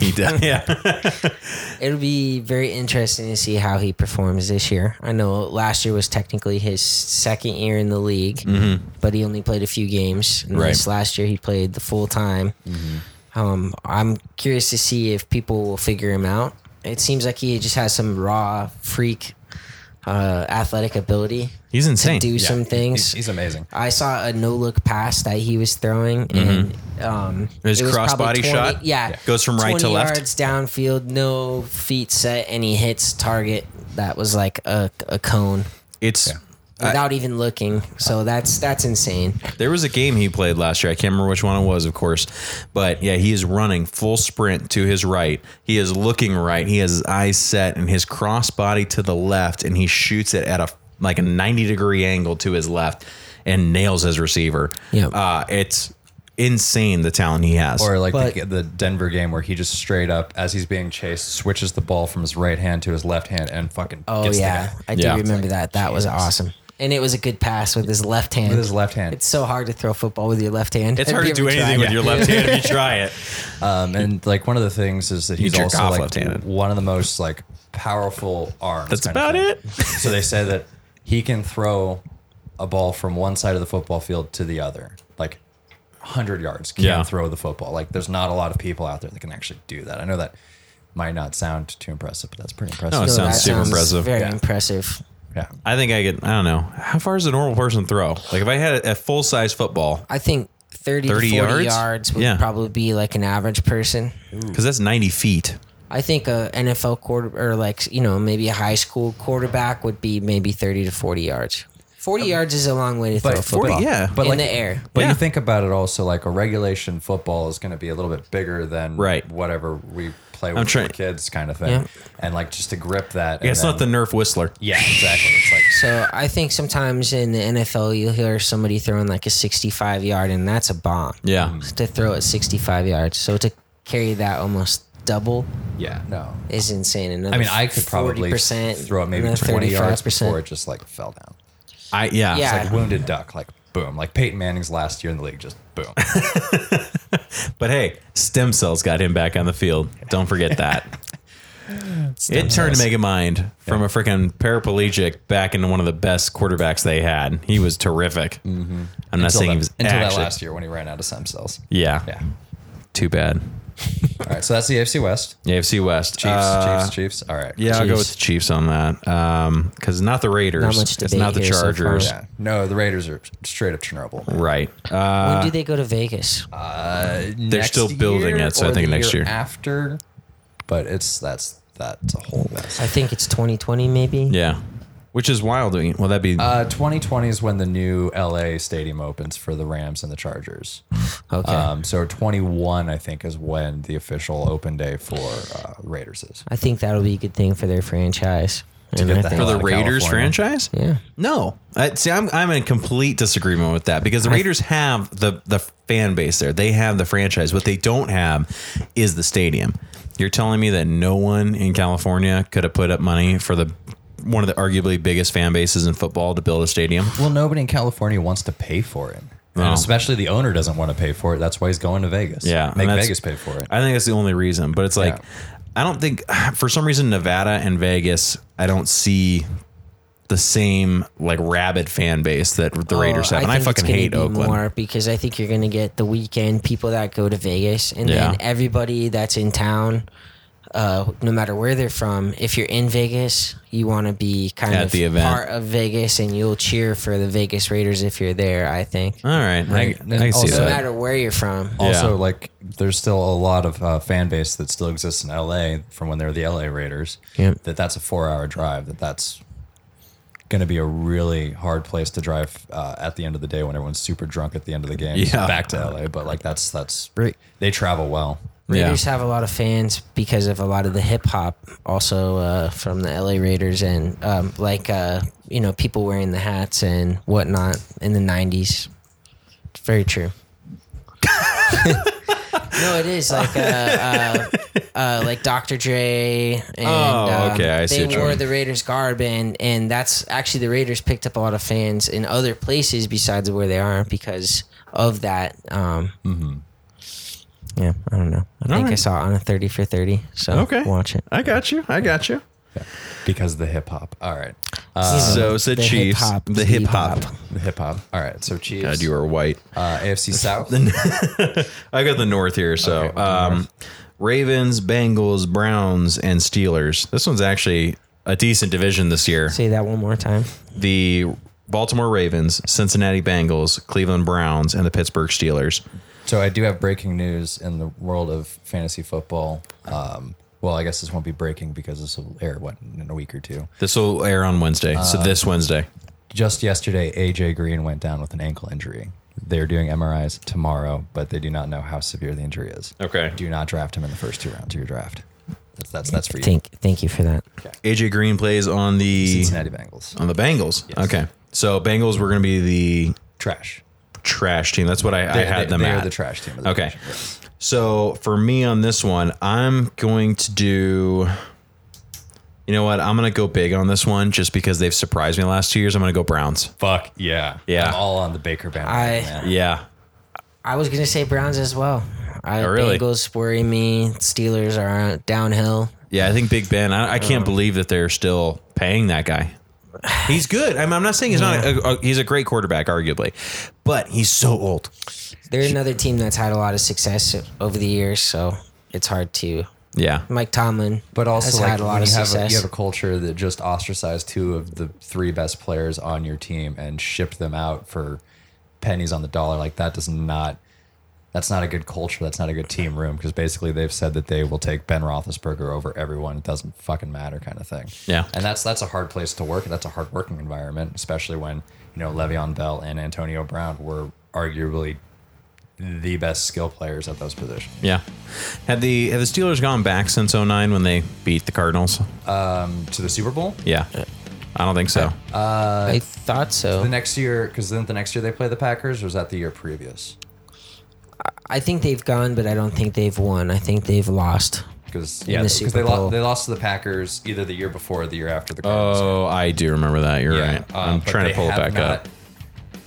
he does. Yeah.
It'll be very interesting to see how he performs this year. I know last year was technically his second year in the league, but he only played a few games. And
Right.
This last year, he played the full time. Um, I'm curious to see if people will figure him out. It seems like he just has some raw freak uh, athletic ability
He's
to
insane.
do
Yeah,
some
he-
things.
He's, he's amazing.
I saw a no look pass that he was throwing,
Mm-hmm.
and um,
His
it was
cross body
probably
shot?
Yeah,
Yeah. Goes from right to
20
left?
Yards downfield, no feet set, and he hits target that was like a, a cone
It's I-
without even looking. So that's that's insane.
There was a game he played last year. I can't remember which one it was, of course. But yeah, he is running full sprint to his right. He is looking right. He has his eyes set and his crossbody to the left, and he shoots it at a like a 90 degree angle to his left and nails his receiver.
Yep.
Uh, it's insane the talent he has.
Or like
But-
the, the Denver game where he just straight up, as he's being chased, switches the ball from his right hand to his left hand and fucking
Oh
gets
yeah,
the guy
I do
Yeah.
remember that. That was awesome, and it was a good pass with his left hand.
with his left hand.
It's so hard to throw football with your left hand.
it's
Have
hard
you
to do
ever
anything
tried
with
it?
your left hand if you try it.
Um, and like one of the things is that he's
jerk
also
off
like
left-handed.
one of the most like powerful arms.
That's
kind of
about
thing.
it.
so they say that he can throw a ball from one side of the football field to the other, like hundred yards. Can
Yeah.
throw the football. Like there's not a lot of people out there that can actually do that. I know that might not sound too impressive, but that's pretty impressive.
it
No,
sounds
that
super impressive.
Very
Yeah.
impressive.
yeah.
I think I could, I don't know. How far does a normal person throw? Like if I had a, full size football,
I think 30,
30
to 40 yards,
yards?
would
Yeah.
probably be like an average person.
because that's 90 feet.
I think a NFL quarter or like, you know, maybe a high school quarterback would be maybe 30 to 40 yards. 40 yards is a long way to throw a football.
40, yeah.
Um, but
in
like-
the air.
But
Yeah.
you think about it also like a regulation football is going to be a little bit bigger than
Right.
whatever we play with
I'm trying-
for kids kind of thing.
Yeah.
And like just to grip that.
Yeah, it's not the Nerf Whistler.
Yeah, exactly. It's like
So I think sometimes in the NFL you'll hear somebody throwing like a 65 yard and that's a bomb.
Yeah.
To throw it 65 yards. So to carry that almost double
yeah, no.
is insane. Another
I mean, I could probably
40%,
throw it maybe
another
twenty yards
35%.
before it just like fell down.
I, yeah.
Yeah.
It's like wounded duck, like boom, like Peyton Manning's last year in the league, just boom.
But hey, stem cells got him back on the field. Don't forget that. it turned Megamind from a freaking paraplegic back into one of the best quarterbacks they had. He was terrific. I'm not
Mm-hmm. until
saying
that,
he was
until that
actually-
last year when he ran out of stem cells.
Yeah,
Yeah,
too bad.
All right, so that's the AFC West.
AFC West.
Chiefs,
Uh,
Chiefs, Chiefs. All right.
Yeah, I'll go
Chiefs.
with the Chiefs on that. Um, because not the Raiders.
Not much
it's
debate
not the
here so far.
Chargers.
Yeah. No, the Raiders are straight up Chernobyl.
Right. Uh,
when do they go to Vegas?
They're
still building it, so I think next year.
after. But it's that's that's a whole mess.
I think it's 2020 maybe.
yeah. Which is wild. Well, that'd be
Uh, 2020 is when the new LA stadium opens for the Rams and the Chargers.
Okay.
Um, so 21, I think, is when the official open day for uh, Raiders is.
I think that'll be a good thing for their franchise. And
get
I
the
for
hell
the
out of
Raiders
California.
franchise.
yeah.
No, I, see, I'm I'm in complete disagreement with that because the Raiders have the the fan base there. They have the franchise. What they don't have is the stadium. You're telling me that no one in California could have put up money for the one of the arguably biggest fan bases in football to build a stadium.
Well, nobody in California wants to pay for it.
No.
And especially the owner doesn't want to pay for it. That's why he's going to Vegas.
Yeah, and
Make
that's-
Vegas pay for it.
I think that's the only reason. But it's like
Yeah.
I don't think for some reason Nevada and Vegas I don't see the same like rabid fan base that the Raiders have, and Oh, I,
think it's
fucking
gonna
hate
be
Oakland.
more because I think you're going to get the weekend people that go to Vegas, and
Yeah.
then everybody that's in town, uh, no matter where they're from. If you're in Vegas, you want to be kind
At
of
the event.
part of Vegas, and you'll cheer for the Vegas Raiders if you're there. I think
All right,
Right.
I, I can see
Also-
no
that.
matter where you're from.
Also,
Yeah.
like, there's still a lot of uh, fan base that still exists in LA from when they were the LA Raiders.
Yep.
That that's a four hour drive. That that's going to be a really hard place to drive uh, at the end of the day when everyone's super drunk at the end of the game.
Yeah.
Back to LA, but like that's that's
Right.
they travel well.
Raiders have a lot of fans because of a lot of the hip hop, also uh, from the LA Raiders, and um, like uh, you know people wearing the hats and whatnot in the '90s. It's very true. no, it is like uh, uh, uh, like Dr. Dre. And,
Oh,
um,
okay, I see what
They
you
wore
mean.
the Raiders garb, and and that's actually the Raiders picked up a lot of fans in other places besides where they are because of that. Um, yeah, I don't know. I think I
right.
saw it on a thirty for thirty. So
Okay.
watch it.
I got you. I got you.
Because of the hip hop. All right.
so it's the,
the
Chiefs,
hip-hop,
the hip hop.
hip-hop.
The hip hop. All right. So Chiefs.
God, you are white.
uh, AFC South.
I got the North here. So
Okay, we'll do
um,
North.
Ravens, Bengals, Browns, and Steelers. This one's actually a decent division this year.
Say that one more time.
The Baltimore Ravens, Cincinnati Bengals, Cleveland Browns, and the Pittsburgh Steelers.
So I do have breaking news in the world of fantasy football. Um, well, I guess this won't be breaking because this will air what in a week or two.
This will air on Wednesday. so this Wednesday.
Just yesterday, AJ Green went down with an ankle injury. They're doing MRIs tomorrow, but they do not know how severe the injury is.
Okay.
Do not draft him in the first two rounds of your draft. That's that's that's for you.
Thank thank you for that.
AJ Green plays on the
Cincinnati Bengals.
on the Bengals. Okay. So Bengals were going to be the
Trash.
trash team. That's what I, I had
they,
them
they
at.
are the trash team. Of the
Okay.
division, yes.
So for me on this one, I'm going to do. You know what? I'm going to go big on this one just because they've surprised me the last two years. I'm going to go Browns.
Fuck yeah.
Yeah.
I'm all on the Baker banner.
I-
man.
Yeah.
I was gonna say Browns as well. I
Oh, really?
Bengals worry me. Steelers are downhill.
Yeah. I think Big Ben, I, I
Oh.
can't believe that they're still paying that guy. He's good. I'm, I'm not saying he's not. A, a- he's a great quarterback, arguably, but he's so old.
They're another team that's had a lot of success over the years, so it's hard to.
Yeah.
Mike Tomlin,
But also,
has
like,
had a lot
when
of
you, have a,
success.
you have a culture that just ostracized two of the three best players on your team and shipped them out for pennies on the dollar. Like that does not. That's not a good culture. That's not a good team room because basically they've said that they will take Ben Roethlisberger over everyone. It doesn't fucking matter, kind of thing.
Yeah.
and that's that's a hard place to work. and That's a hard working environment, especially when you know Le'Veon Bell and Antonio Brown were arguably the best skill players at those positions.
Yeah. Have the have the Steelers gone back since 09 when they beat the Cardinals?
To the Super Bowl,
Yeah. I don't think so.
I thought
The
so.
next year, because then the next year they play the Packers, or is that the year previous?
I think they've gone, but I don't think they've won. I think they've lost.
Because yeah,
the
because
Super
they lost
Bowl.
they lost to the Packers either the year before or the year after the Cardinals.
Oh, I do remember that. You're
Yeah,
right.
uh,
I'm
but
trying to
they
pull it
have
back
not,
up.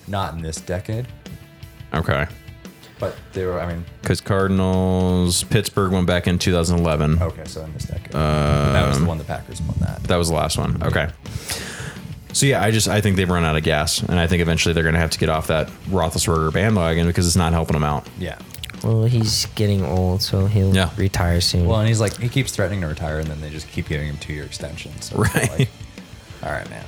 Not in this decade,
Okay.
but they were. I mean,
Because Cardinals, Pittsburgh went back in 2011.
okay, so in this decade, that
Um,
was the one the Packers won. That
That was the last one. Okay. So yeah, I just I think they've run out of gas, and I think eventually they're going to have to get off that Roethlisberger bandwagon because it's not helping them out.
yeah,
Well, he's getting old, so he'll
Yeah.
retire soon.
Well, and he's like, he keeps threatening to retire, and then they just keep giving him two year extensions. So it's
Right.
Like, all right, man.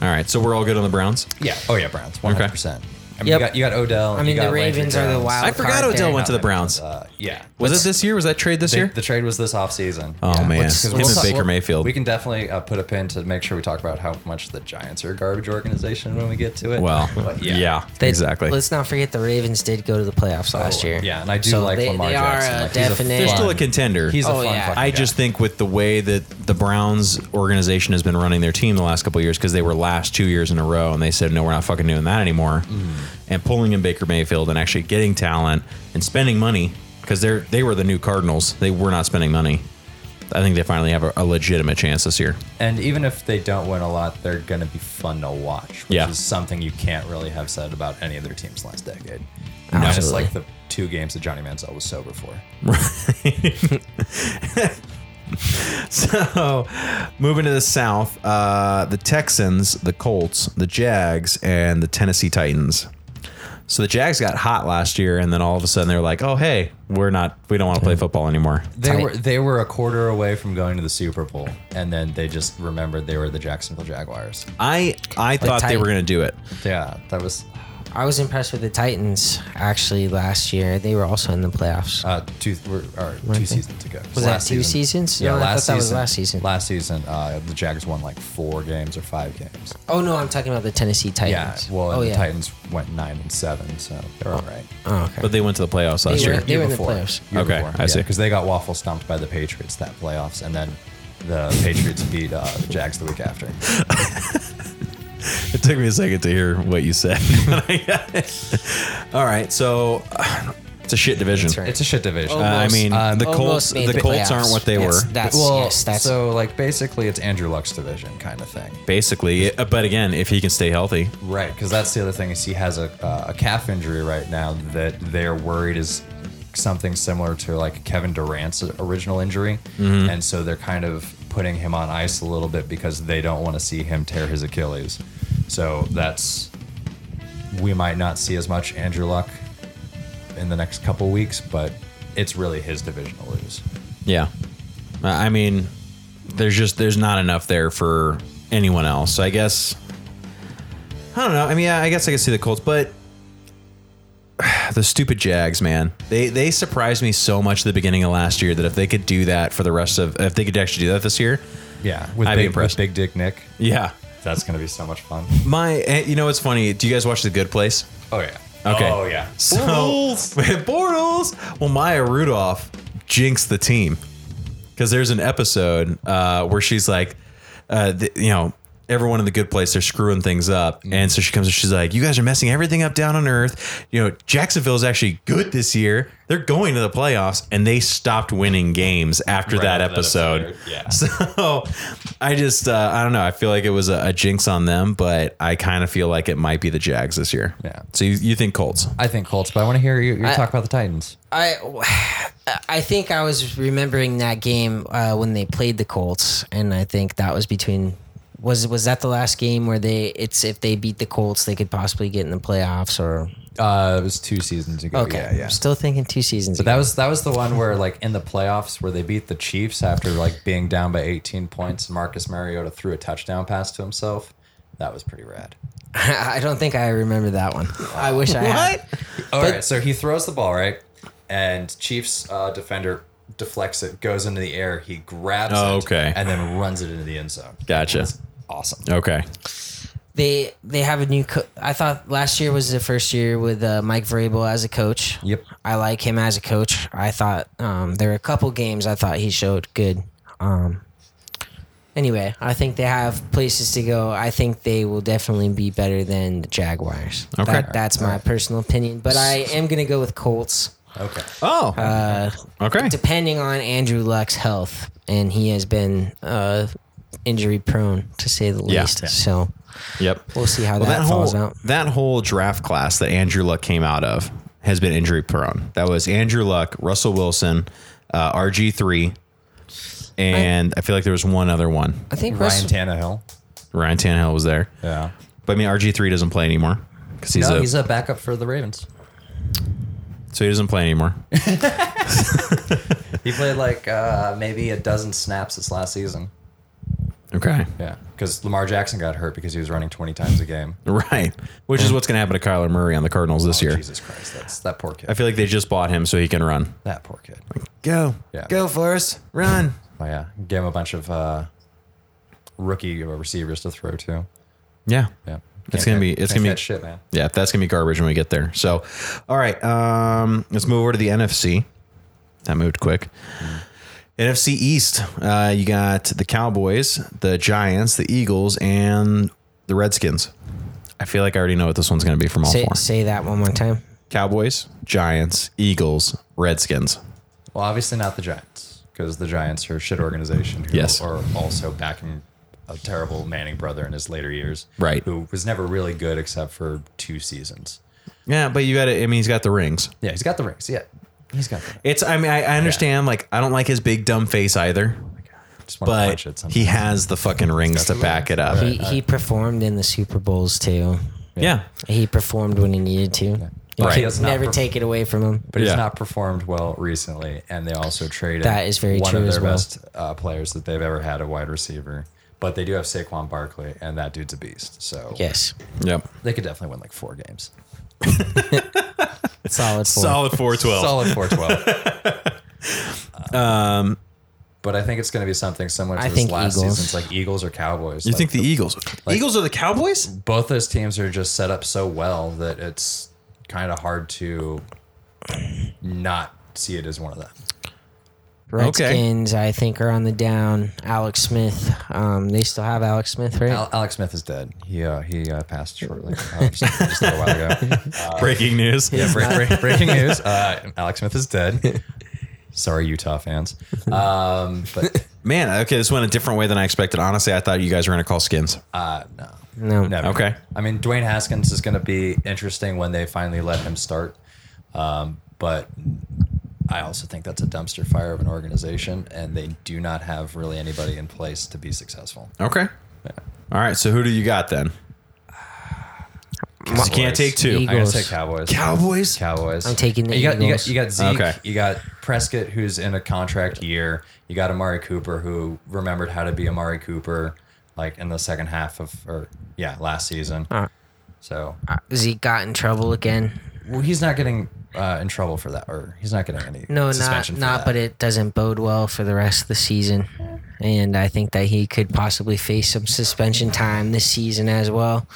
All right, so we're all good on the Browns.
Yeah. Oh yeah, Browns. One hundred percent. I mean,
Yep.
you got you got Odell.
I mean,
you got
the
Landry
Ravens are the
Jones.
wild.
I forgot
card
Odell
there.
went to the Browns.
Uh, yeah.
Was it this year? Was that trade this
The,
year?
the trade was this offseason.
Oh, man.
Which- 'cause
Him
we'll
and
talk-
Baker
we'll-
Mayfield.
We can definitely uh, put a pin to make sure we talk about how much the Giants are a garbage organization when we get to it.
well,
But
yeah,
They-
exactly.
Let's not forget the Ravens did go to the playoffs last year.
Yeah, and I do
So
like
they-
Lamar
they are
Jackson.
a
Like, he's a
definite-
fun-
They're still a contender.
He's a
Oh,
fun
yeah.
fucking
I
guy.
just think with the way that the Browns organization has been running their team the last couple of years, because they were last two years in a row, and they said, no, we're not fucking doing that anymore,
Mm.
and pulling in Baker Mayfield and actually getting talent and spending money, because they're they were the new Cardinals. They were not spending money. I think they finally have a, a legitimate chance this year.
And even if they don't win a lot, they're going to be fun to watch, which
Yeah.
is something you can't really have said about any of their teams last decade.
No.
Minus like
Absolutely.
the two games that Johnny Manziel was sober for.
So, moving to the South, uh, the Texans, the Colts, the Jags, and the Tennessee Titans. So the Jags got hot last year, and then all of a sudden they're like, "Oh, hey, we're not, we don't want to play football anymore."
They
Tight.
were they were a quarter away from going to the Super Bowl, and then they just remembered they were the Jacksonville Jaguars.
I, I thought they
Titan-
were going to do it.
Yeah, that was
I was impressed with the Titans actually last year. They were also in the playoffs.
uh, two or, or two seasons ago.
Was that two seasons?
Yeah,
No, I
last
thought that was
season.
last season.
Last season, uh, the Jags won like four games or five games.
oh no, I'm talking about the Tennessee
Yeah,
Titans.
well, and
oh
the Titans went nine and seven, so they're all right.
Oh, okay.
But they went to the playoffs last
were-
year.
they were in the playoffs.
Year
Okay,
before.
I see.
Because they got waffle stomped by the Patriots that playoffs, and then the Patriots beat uh, the Jags the week after.
It took me a second to hear what you said. all right, so uh, it's a shit division.
That's right.
It's a shit division.
Uh, I
Almost-
mean,
um,
the
almost
Colts,
made
the, Colts aren't
playoffs.
what they
That's-
were.
That's,
well,
yes, that's
so like basically it's Andrew Luck's division kind of thing.
Basically, uh, but again, if he can stay healthy,
Right, because that's the other thing is he has a, uh, a calf injury right now that they're worried is something similar to like Kevin Durant's original injury,
Mm-hmm.
and so they're kind of putting him on ice a little bit because they don't want to see him tear his Achilles. So that's we might not see as much Andrew Luck in the next couple weeks, but it's really his division to lose.
Yeah. I I mean, there's just there's not enough there for anyone else. So I guess I don't know. I mean, yeah, I guess I could see the Colts, but the stupid Jags, man. They they surprised me so much at the beginning of last year that if they could do that for the rest of if they could actually do that this year,
Yeah, with,
I'd be
big, with
impressed.
Big Dick Nick,
yeah.
that's gonna be so much fun.
My eh, you know what's funny? Do you guys watch The Good Place?
Oh yeah.
Okay.
Oh yeah.
So Bortles. Well, Maya Rudolph jinxed the team because there's an episode uh, where she's like, uh, th- you know, everyone in the good place they're screwing things up,
Mm.
and so she comes and she's like, "You guys are messing everything up down on Earth." You know, Jacksonville's actually good this year. They're going to the playoffs, and they stopped winning games after
Right
that
after that
episode.
episode, yeah.
So I just, uh, I don't know. I feel like it was a, a jinx on them, but I kind of feel like it might be the Jags this year.
Yeah.
So you, you think Colts?
I think Colts, but I want to hear you, you
I-
talk about the Titans.
I, I think I was remembering that game uh, when they played the Colts, and I think that was between was was that the last game where they it's if they beat the Colts they could possibly get in the playoffs or
Uh, it was two seasons ago.
okay
Yeah, yeah.
I'm still thinking two seasons
But
ago.
that was that was the one where like in the playoffs where they beat the Chiefs after like being down by 18 points. Marcus Mariota threw a touchdown pass to himself. That was pretty rad.
I don't think I remember that one. I wish I had.
All right, so he throws the ball right, and Chiefs uh, defender deflects it, goes into the air. He grabs
Oh,
it,
okay.
and then runs it into the end zone.
Gotcha.
Awesome.
Okay.
They they have a new. Co- I thought last year was the first year with uh, Mike Vrabel as a coach.
Yep.
I like him as a coach. I thought um, there were a couple games I thought he showed good. Um, anyway, I think they have places to go. I think they will definitely be better than the Jaguars.
Okay.
That- that's my personal opinion. But I am gonna go with Colts,
Okay.
Oh. okay.
depending on Andrew Luck's health, and he has been uh, injury prone to say the
Yeah.
least. So
Yep.
we'll see how
Well,
that,
that
falls
whole
out.
that whole draft class that Andrew Luck came out of has been injury prone. That was Andrew Luck, Russell Wilson, uh, RG three, and I, feel like there was one other one.
I think
Ryan
Russell,
Tannehill.
Ryan Tannehill was there,
Yeah.
but I mean RG three doesn't play anymore because he's
no,
a
he's a backup for the Ravens.
So he doesn't play anymore.
He played like uh, maybe a dozen snaps this last season.
okay.
Yeah, because Lamar Jackson got hurt because he was running 20 times a game.
Right. Which is what's going to happen to Kyler Murray on the Cardinals this
Oh,
year.
Jesus Christ, that's that poor kid.
I feel like they just bought him so he can run.
that poor kid.
Go.
Yeah.
Go, Forrest. Run.
Oh yeah, gave him a bunch of uh, rookie uh, receivers to throw to.
Yeah.
Yeah,
It's
Can't
gonna
catch-
be- it's
can't
gonna be-
catch shit, man.
Yeah, that's gonna be garbage when we get there. So, all right, um, let's move over to the NFC. That moved quick. NFC East. Uh, you got the Cowboys, the Giants, the Eagles, and the Redskins. I feel like I already know what this one's gonna be from all
Say,
four:
say that one more time.
Cowboys, Giants, Eagles, Redskins.
Well, obviously not the Giants because the Giants are a shit organization. Who
Yes.
are also backing a terrible Manning brother in his later years.
Right.
who was never really good except for two seasons.
Yeah, but you got it. I mean, he's got the rings.
Yeah, he's got the rings. Yeah, he's got the. Rings.
It's. I mean, I, I understand. Like, I don't like his big dumb face either,
Just wanna
but
punch it sometimes.
he has the fucking rings to back it up.
He he performed in the Super Bowls too.
Yeah.
He performed when he needed to. You
Right.
can
He has
not
never
perf-
take it away from him.
but he's
Yeah.
not performed well recently. And they also traded
That is very
one
true
of their
as well.
best uh, players that they've ever had, a wide receiver. But they do have Saquon Barkley, and that dude's a beast. So
yes,
Yep.
they could definitely win like four games.
solid. Four.
Solid four twelve.
Solid four twelve. um, but I think it's going to be something similar to
Um, I
this
think
last
Eagles.
season's, like Eagles or Cowboys.
You
Like,
think the Eagles? Eagles are the Cowboys?
both those teams are just set up so well that it's kind of hard to not see it as one of them.
Redskins, I think, are on the down. Alex Smith. Um, they still have Alex Smith, right?
Al- Alex Smith is dead. He uh, he uh, passed shortly, um, just, just a little while ago.
Breaking news. Yeah,
Break- break- breaking news: uh, Alex Smith is dead. Sorry, Utah fans. Um, but
Man, okay, this went a different way than I expected. Honestly, I thought you guys were gonna call skins.
uh, no,
no.
never.
Okay.
I mean, Dwayne Haskins is going to be interesting when they finally let him start. Um, but I also think that's a dumpster fire of an organization, and they do not have really anybody in place to be successful.
Okay. All right. So who do you got then? 'Cause You can't take two.
Eagles.
I'm gonna say Cowboys.
Cowboys?
Cowboys.
I'm taking the
you got, you got
Eagles.
you got Zeke.
Okay.
You got Prescott, who's in a contract year. You got Amari Cooper, who remembered how to be Amari Cooper, like in the second half of or yeah last season.
Uh.
so
Zeke got in trouble again.
well, he's not getting uh, in trouble for that, or he's not getting any
No, not
suspension for
not.
that.
But it doesn't bode well for the rest of the season, and I think that he could possibly face some suspension time this season as well.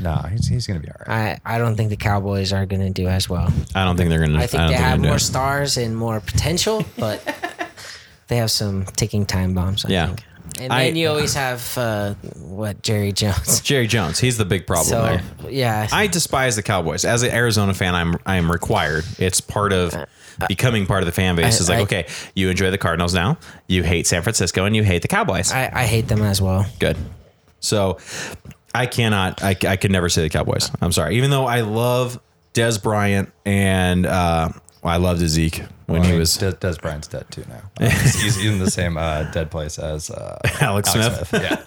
no, he's, he's gonna be all right.
I I don't think the Cowboys are going to do as well.
I don't think they're gonna.
I think
don't
they
they're
have
gonna do
more
it.
stars and more potential, but they have some ticking time bombs. I
Yeah.
think. And
I-
then you always have uh, what Jerry Jones.
Jerry Jones. He's the big problem
So
there.
yeah,
I despise the Cowboys. As an Arizona fan, I'm I am required. It's part of becoming part of the fan base.
I-
It's like,
I-
okay, you enjoy the Cardinals now. You hate San Francisco and you hate the Cowboys.
I, I hate them as well.
Good. So I cannot, I, I could never say the Cowboys. I'm sorry. Even though I love Des Bryant and uh, well, I loved Zeke when
I
he
mean,
was
Des, Des Bryant's dead too now. Uh, he's, he's in the same uh, dead place as uh,
Alex, Smith.
Yeah,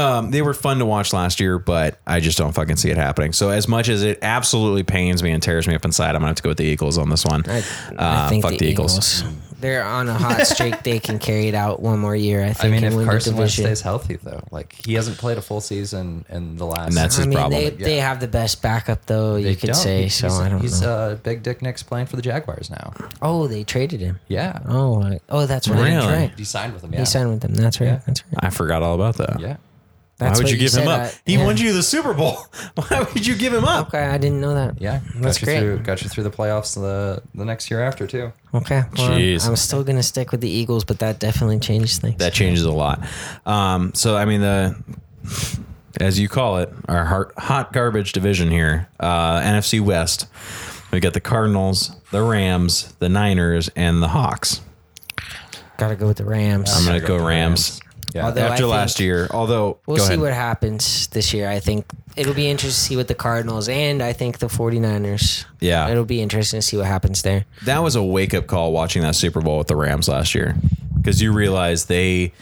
Um, they were fun to watch last year, but I just don't fucking see it happening. So as much as it absolutely pains me and tears me up inside, I'm gonna have to go with the Eagles on this one.
I,
Uh,
I think
fuck the, Eagles.
They're on a hot streak. they can carry it out one more year. I think.
I mean,
and
if
win the
Carson Wentz
division.
stays healthy though, like he hasn't played a full season in the last.
And that's
I
his
mean,
problem.
they, they have the best backup though.
They
you could
don't.
say
He-
so.
He's,
I don't
he's,
know.
uh, Big Dick Nick's playing for the Jaguars now.
oh, they traded him.
Yeah,
Oh, I- oh, that's right. That's
Really?
right.
he signed with him. Yeah,
He signed with them. That's right.
Yeah.
That's right.
I forgot all about that.
yeah.
Why
That's
would
what
you give him
said,
up?
uh,
he
yeah.
won you the Super Bowl. Why would you give him up?
Okay, I didn't know that.
Yeah,
That's
got you
great.
Through, got you through the playoffs the the next year after too.
Okay. Well, I'm-
Jeez.
I'm still gonna stick with the Eagles, but that definitely changes things.
that changes a lot. Um, so I mean the as you call it, our hot, hot garbage division here, uh, NFC West. We got the Cardinals, the Rams, the Niners, and the Hawks.
Gotta go with the Rams.
I'm gonna
Gotta go
go
with the
Rams.
Rams. Yeah,
Although I
After
think
last year, although
We'll
go
see
ahead.
what happens this year. I think it'll be interesting to see what the Cardinals and I think the 49ers.
Yeah.
It'll be interesting to see what happens there.
that was a wake up call watching that Super Bowl with the Rams last year because you realize they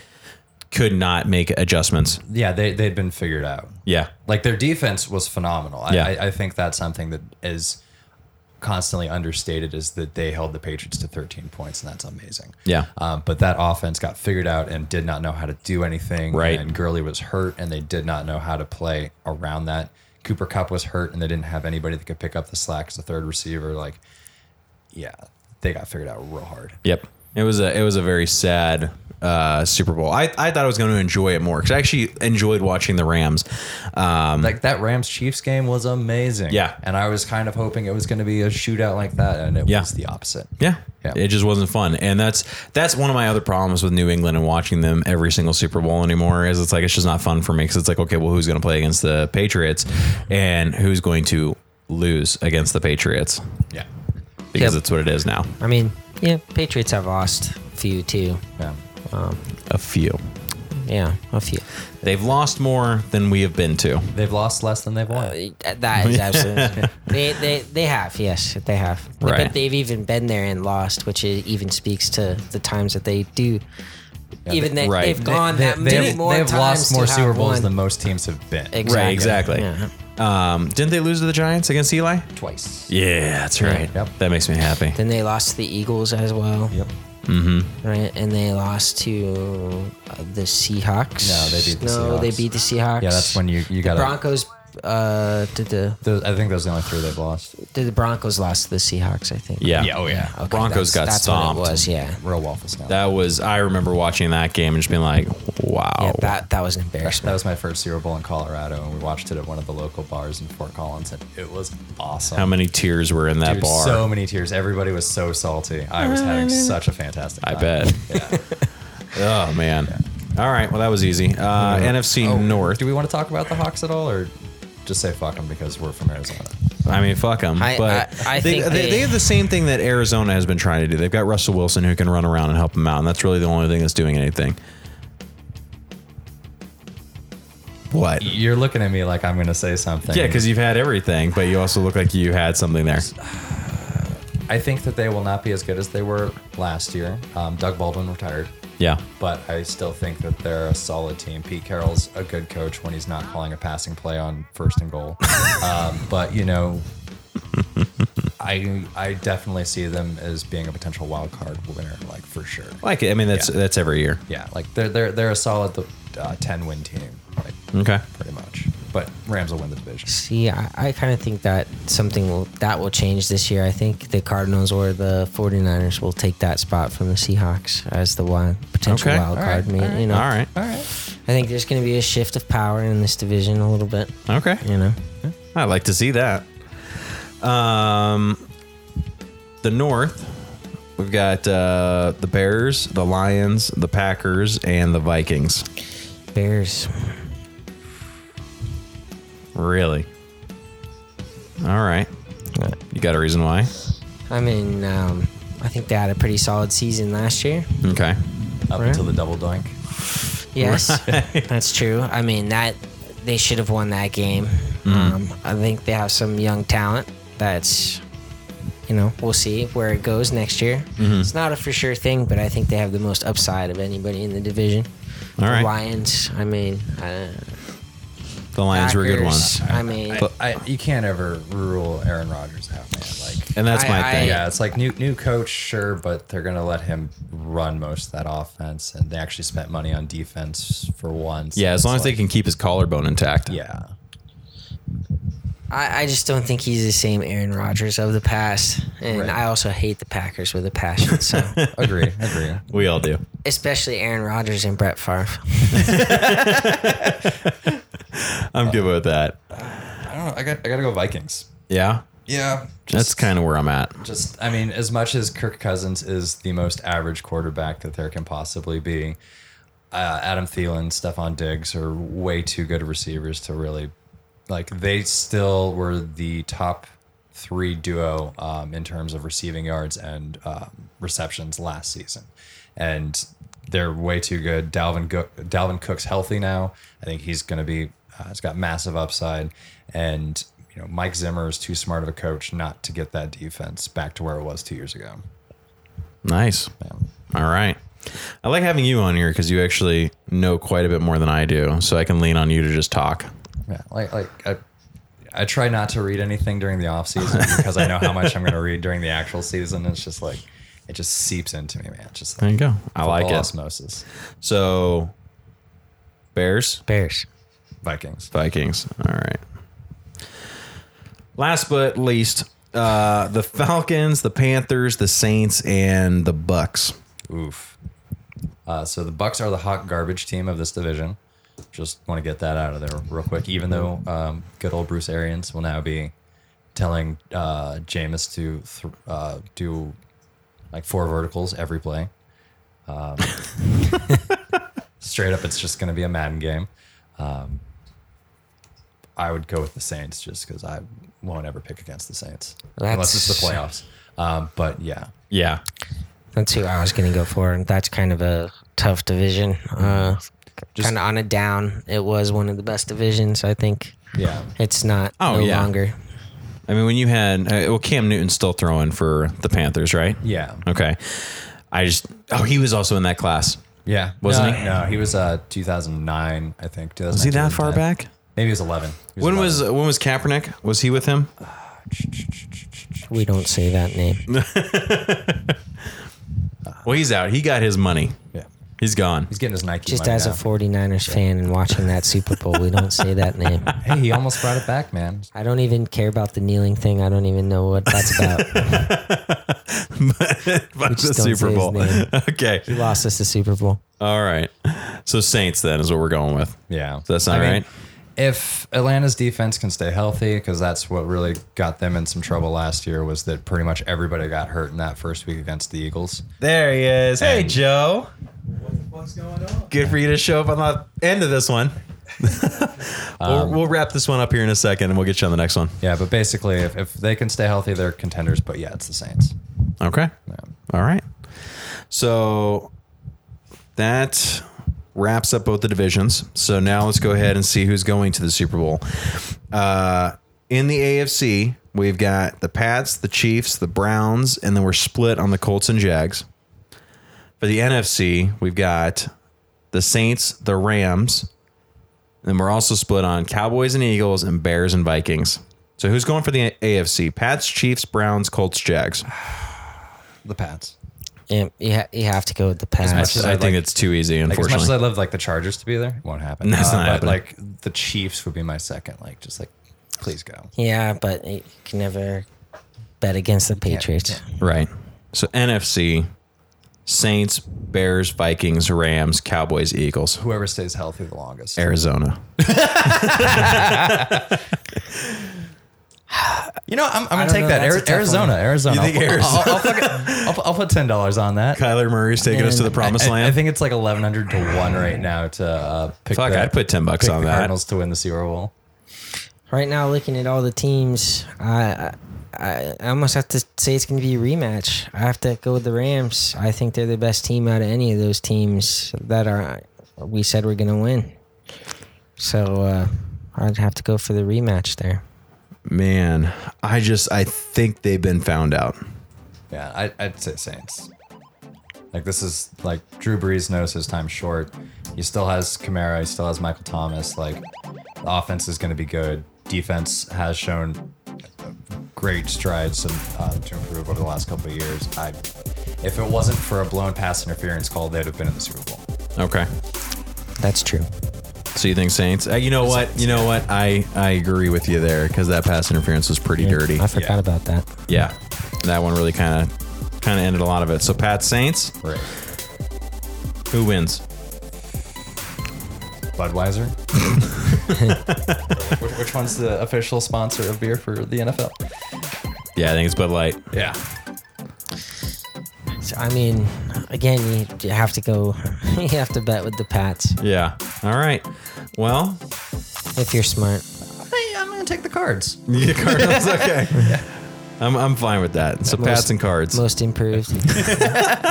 could not make adjustments.
yeah, they they'd been figured out.
Yeah,
Like their defense was phenomenal. I,
Yeah.
I, I think that's something that is constantly understated is that they held the Patriots to 13 points, and that's amazing.
Yeah.
Um, but that offense got figured out and did not know how to do anything.
Right.
And Gurley was hurt, and they did not know how to play around that. Cooper Cup was hurt, and they didn't have anybody that could pick up the slack as a third receiver. Like, yeah, they got figured out real hard.
Yep. It was a it was a very sad uh, Super Bowl. I, I thought I was going to enjoy it more because I actually enjoyed watching the Rams. Um,
Like that Rams Chiefs game was amazing.
Yeah.
And I was kind of hoping it was going to be a shootout like that, and it
Yeah.
was the opposite.
yeah.
Yeah.
It just wasn't fun. And that's that's one of my other problems with New England and watching them every single Super Bowl anymore is it's like it's just not fun for me because it's like okay, well who's going to play against the Patriots and who's going to lose against the Patriots
Yeah.
because
Yep.
it's what it is now.
I mean, yeah, Patriots have lost a few too.
Yeah.
A few.
Yeah, a few.
They've lost more than we have been to.
They've lost less than they've
Uh,
won.
That is absolutely. they, they they have yes they have.
Right.
But they've even been there and lost, which it even speaks to the times that they do. even they,
right.
they've gone that
they-
many
they-
more
they have
times
lost more
to have
Super Bowls
won.
than most teams have been.
Right, exactly.
Yeah.
Um, didn't they lose to the Giants against Eli?
Twice.
Yeah, that's right.
Yep.
That makes me happy.
Then they lost to the Eagles as well,
Yep.
right? And they lost to uh, the Seahawks.
No, they beat the
No, they
Seahawks.
beat the Seahawks.
Yeah, that's when you you
the
got.
Broncos. Uh, did the
Those, I think those are the only three they've lost.
did the Broncos lost to the Seahawks? I think.
Yeah.
Yeah, oh, yeah.
Okay,
Broncos
that's-
got
that's
stomped.
What it was yeah.
Real waffle style. That,
That was I remember watching that game and just being like, wow.
Yeah, that that was an embarrassment.
was my first Super Bowl in Colorado, and we watched it at one of the local bars in Fort Collins, and it was awesome.
How many tears were in that
Dude,
bar?
So many tears. Everybody was so salty. I was having such a fantastic.
I
time.
bet. oh man. All right. Well, that was easy. Uh, NFC
Oh,
North.
Do we want to talk about the Hawks at all, or just say fuck them because we're from Arizona?
I mean, fuck them.
I-
but
I- I
they,
think
they,
they-
they have the same thing that Arizona has been trying to do. They've got Russell Wilson who can run around and help them out, and that's really the only thing that's doing anything. What?
You're looking at me like I'm going to say something.
Yeah, because you've had everything, but you also look like you had something there.
I think that they will not be as good as they were last year. Um, Doug Baldwin retired.
Yeah.
but I still think that they're a solid team. Pete Carroll's a good coach when he's not calling a passing play on first and goal. um, but you know, I I definitely see them as being a potential wild card winner, like for sure.
Like I mean, that's
Yeah.
that's every year.
Yeah, like they're they're they're a solid uh, ten win team, like
Okay.
pretty much. But Rams will win the division.
See, I, I kind of think that something will that will change this year. I think the Cardinals or the 49ers will take that spot from the Seahawks as the one potential
Okay.
wild
All
card.
right.
ma- You know,
All right.
All right,
I think there's going to be a shift of power in this division a little bit.
Okay.
You know,
I like to see that. Um, the North, we've got uh, the Bears, the Lions, the Packers, and the Vikings.
Bears.
Really? All right. You got a reason why?
I mean, um, I think they had a pretty solid season last year.
Okay.
up
Right.
until the double doink.
Yes, that's true. I mean that they should have won that game.
Mm-hmm.
Um, I think they have some young talent. That's you know we'll see where it goes next year.
Mm-hmm.
It's not a for sure thing, but I think they have the most upside of anybody in the division.
All
The
right.
Lions. I mean, uh,
The Lions were a good one.
Packers, I mean,
But I, you can't ever rule Aaron Rodgers out, man. Like
And that's
I-
my
I-
thing.
Yeah, it's like new new coach, sure, but they're gonna let him run most of that offense, and they actually spent money on defense for once.
Yeah, as long as they can keep his collarbone intact.
Yeah,
I, I just don't think he's the same Aaron Rodgers of the past, and
Right.
I also hate the Packers with a passion. So
agree, agree.
We all do.
especially Aaron Rodgers and Brett Favre.
I'm good with that.
I don't know. I got I gotta go Vikings.
Yeah.
Yeah,
That's kind of where I'm at.
just I mean, as much as Kirk Cousins is the most average quarterback that there can possibly be, uh, Adam Thielen, Stephon Diggs are way too good of receivers to really like. They still were the top three duo um, in terms of receiving yards and um, receptions last season, and they're way too good. Dalvin Go- Dalvin Cook's healthy now. I think he's going to be. Uh, he's got massive upside, and you know Mike Zimmer is too smart of a coach not to get that defense back to where it was two years ago.
Nice. All right. I like having you on here because you actually know quite a bit more than I do, so I can lean on you to just talk.
Yeah, like like I, I try not to read anything during the off season because I know how much I'm going to read during the actual season. It's just like it just seeps into me, man. It's Just
There
like
you go. I like
football
it.
Osmosis,
So, Bears,
Bears.
Vikings.
Vikings. All right. Last but least, uh, the Falcons, the Panthers, the Saints, and the Bucks.
Oof. Uh, so the Bucks are the hot garbage team of this division. Just want to get that out of there real quick. Even though um, good old Bruce Arians will now be telling uh, Jameis to th- uh, do like four verticals every play. Um, straight up, it's just going to be a Madden game. Um, I would go with the Saints just because I won't ever pick against the Saints unless it's the playoffs. Um, but yeah,
Yeah.
That's who I was going to go for. And that's kind of a tough division. Uh, kind of on a down. It was one of the best divisions, I think.
yeah,
It's not
Oh,
no
yeah.
longer.
I mean, when you had uh, well, Cam Newton's still throwing for the Panthers, right?
yeah.
Okay. I just oh, he was also in that class.
Yeah,
Wasn't
no,
he?
No, he was uh 2009, I think. 2009,
Was he that far
2010.
back?
Maybe he was 11. He
When
11.
was when was Kaepernick? Was he with him?
We don't say that name.
Well, he's out. He got his money.
Yeah,
He's gone.
he's getting his Nike.
Just
money
as a
now.
49ers fan and watching that Super Bowl, we don't say that name.
hey, he almost brought it back, man.
I don't even care about the kneeling thing. I don't even know what that's about.
By the
just don't say
Super
his
Bowl.
name.
okay.
he lost us the Super Bowl.
All right. So Saints then is what we're going with.
Yeah,
Does that sound
I mean,
right?
If Atlanta's defense can stay healthy, because that's what really got them in some trouble last year, was that pretty much everybody got hurt in that first week against the Eagles.
There he is. Hey Joe. Good for you to show up on the end of this one. we'll, we'll wrap this one up here in a second, and we'll get you on the next one.
Yeah, but basically, if, if they can stay healthy, they're contenders. But yeah, it's the Saints.
Okay.
Yeah.
All right. So that wraps up both the divisions. So now let's go ahead and see who's going to the Super Bowl. Uh, in the AFC, we've got the Pats, the Chiefs, the Browns, and then we're split on the Colts and Jags. For the NFC, we've got the Saints, the Rams, and we're also split on Cowboys and Eagles and Bears and Vikings. So who's going for the AFC? Pats, Chiefs, Browns, Colts, Jags.
The Pats.
Yeah, you, ha- you have to go with the
I,
Pats.
much as
I
I'd
think
like-
it's too easy,
Like, as much
unfortunately.
as I love like the Chargers to be there, it won't happen. Uh,
That's not happening.
Like the Chiefs would be my second. Like just like, please go.
Yeah, but you can never bet against the Patriots.
right. So NFC, Saints, Bears, Vikings, Rams, Cowboys, Eagles,
Whoever stays healthy the longest.
Arizona.
You know, I'm, I'm
I
gonna
don't
take
know,
that.
that's a
Ari-
tough
Arizona, Arizona.
think
I'll, I'll, I'll, fucking- I'll- I'll put ten dollars on that.
Kyler Murray's taking us to the
Man,
promised
I,
land.
I think it's like eleven hundred to one right now to uh, pick.
Fuck,
the,
I'd put 10 bucks
pick
on
the
that.
Cardinals to win the Super Bowl.
Right now, looking at all the teams, I, I I almost have to say it's going to be a rematch. I have to go with the Rams. I think they're the best team out of any of those teams that are we said we're going to win. So uh, I'd have to go for the rematch there.
Man, I just I think they've been found out.
Yeah, I, I'd say Saints. Like this is like Drew Brees knows his time's short. He still has Kamara. He still has Michael Thomas. Like the offense is going to be good. Defense has shown great strides to, uh, to improve over the last couple of years. I, if it wasn't for a blown pass interference call, they'd have been in the Super Bowl.
Okay.
That's true.
So you think Saints? Uh, you know what? You know what? I I agree with you there because that pass interference was pretty dirty.
I forgot
Yeah.
about that.
Yeah, that one really kind of kind of ended a lot of it. So Pat Saints,
Right.
who wins?
Budweiser. which, which one's the official sponsor of beer for the NFL?
Yeah, I think it's Bud Light.
Yeah.
So, I mean, again, you, you have to go. You have to bet with the Pats
Yeah. All right. Well,
if you're smart.
Hey, I'm gonna take the cards.
Yeah, Cardinals. Okay. I'm, I'm fine with that. So
Most-
pats and cards.
Most improved.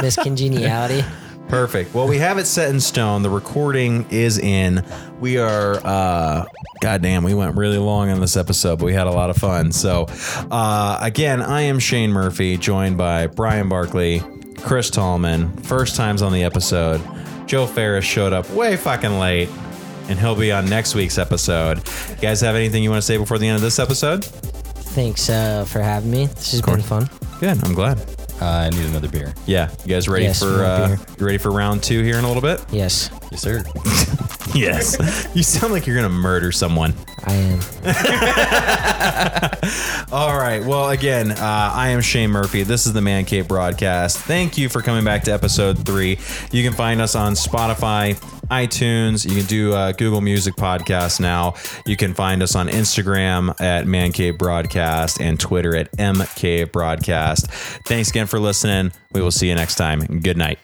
Miss Congeniality.
Perfect. Well, we have it set in stone. The recording is in. We are, uh, goddamn, we went really long on this episode, but we had a lot of fun. So, uh, again, I am Shane Murphy, joined by Brian Barkley, Chris Tallman, first times on the episode. Joe Ferris showed up way fucking late. and he'll be on next week's episode. You guys have anything you want to say before the end of this episode?
Thanks uh, for having me. This has been fun.
Good. I'm glad.
Uh, I need another beer.
Yeah. You guys ready
Yes,
for
more
uh,
beer.
you ready for round two here in a little bit?
Yes,
Yes, sir.
Yes. you sound like you're gonna murder someone.
I am.
All right. Well, again, uh, I am Shane Murphy. This is the Man Cave broadcast. Thank you for coming back to episode three. You can find us on Spotify, iTunes. You can do uh, Google Music podcast now. You can find us on Instagram at Man Cave broadcast and Twitter at MK broadcast. Thanks again for listening. We will see you next time. Good night.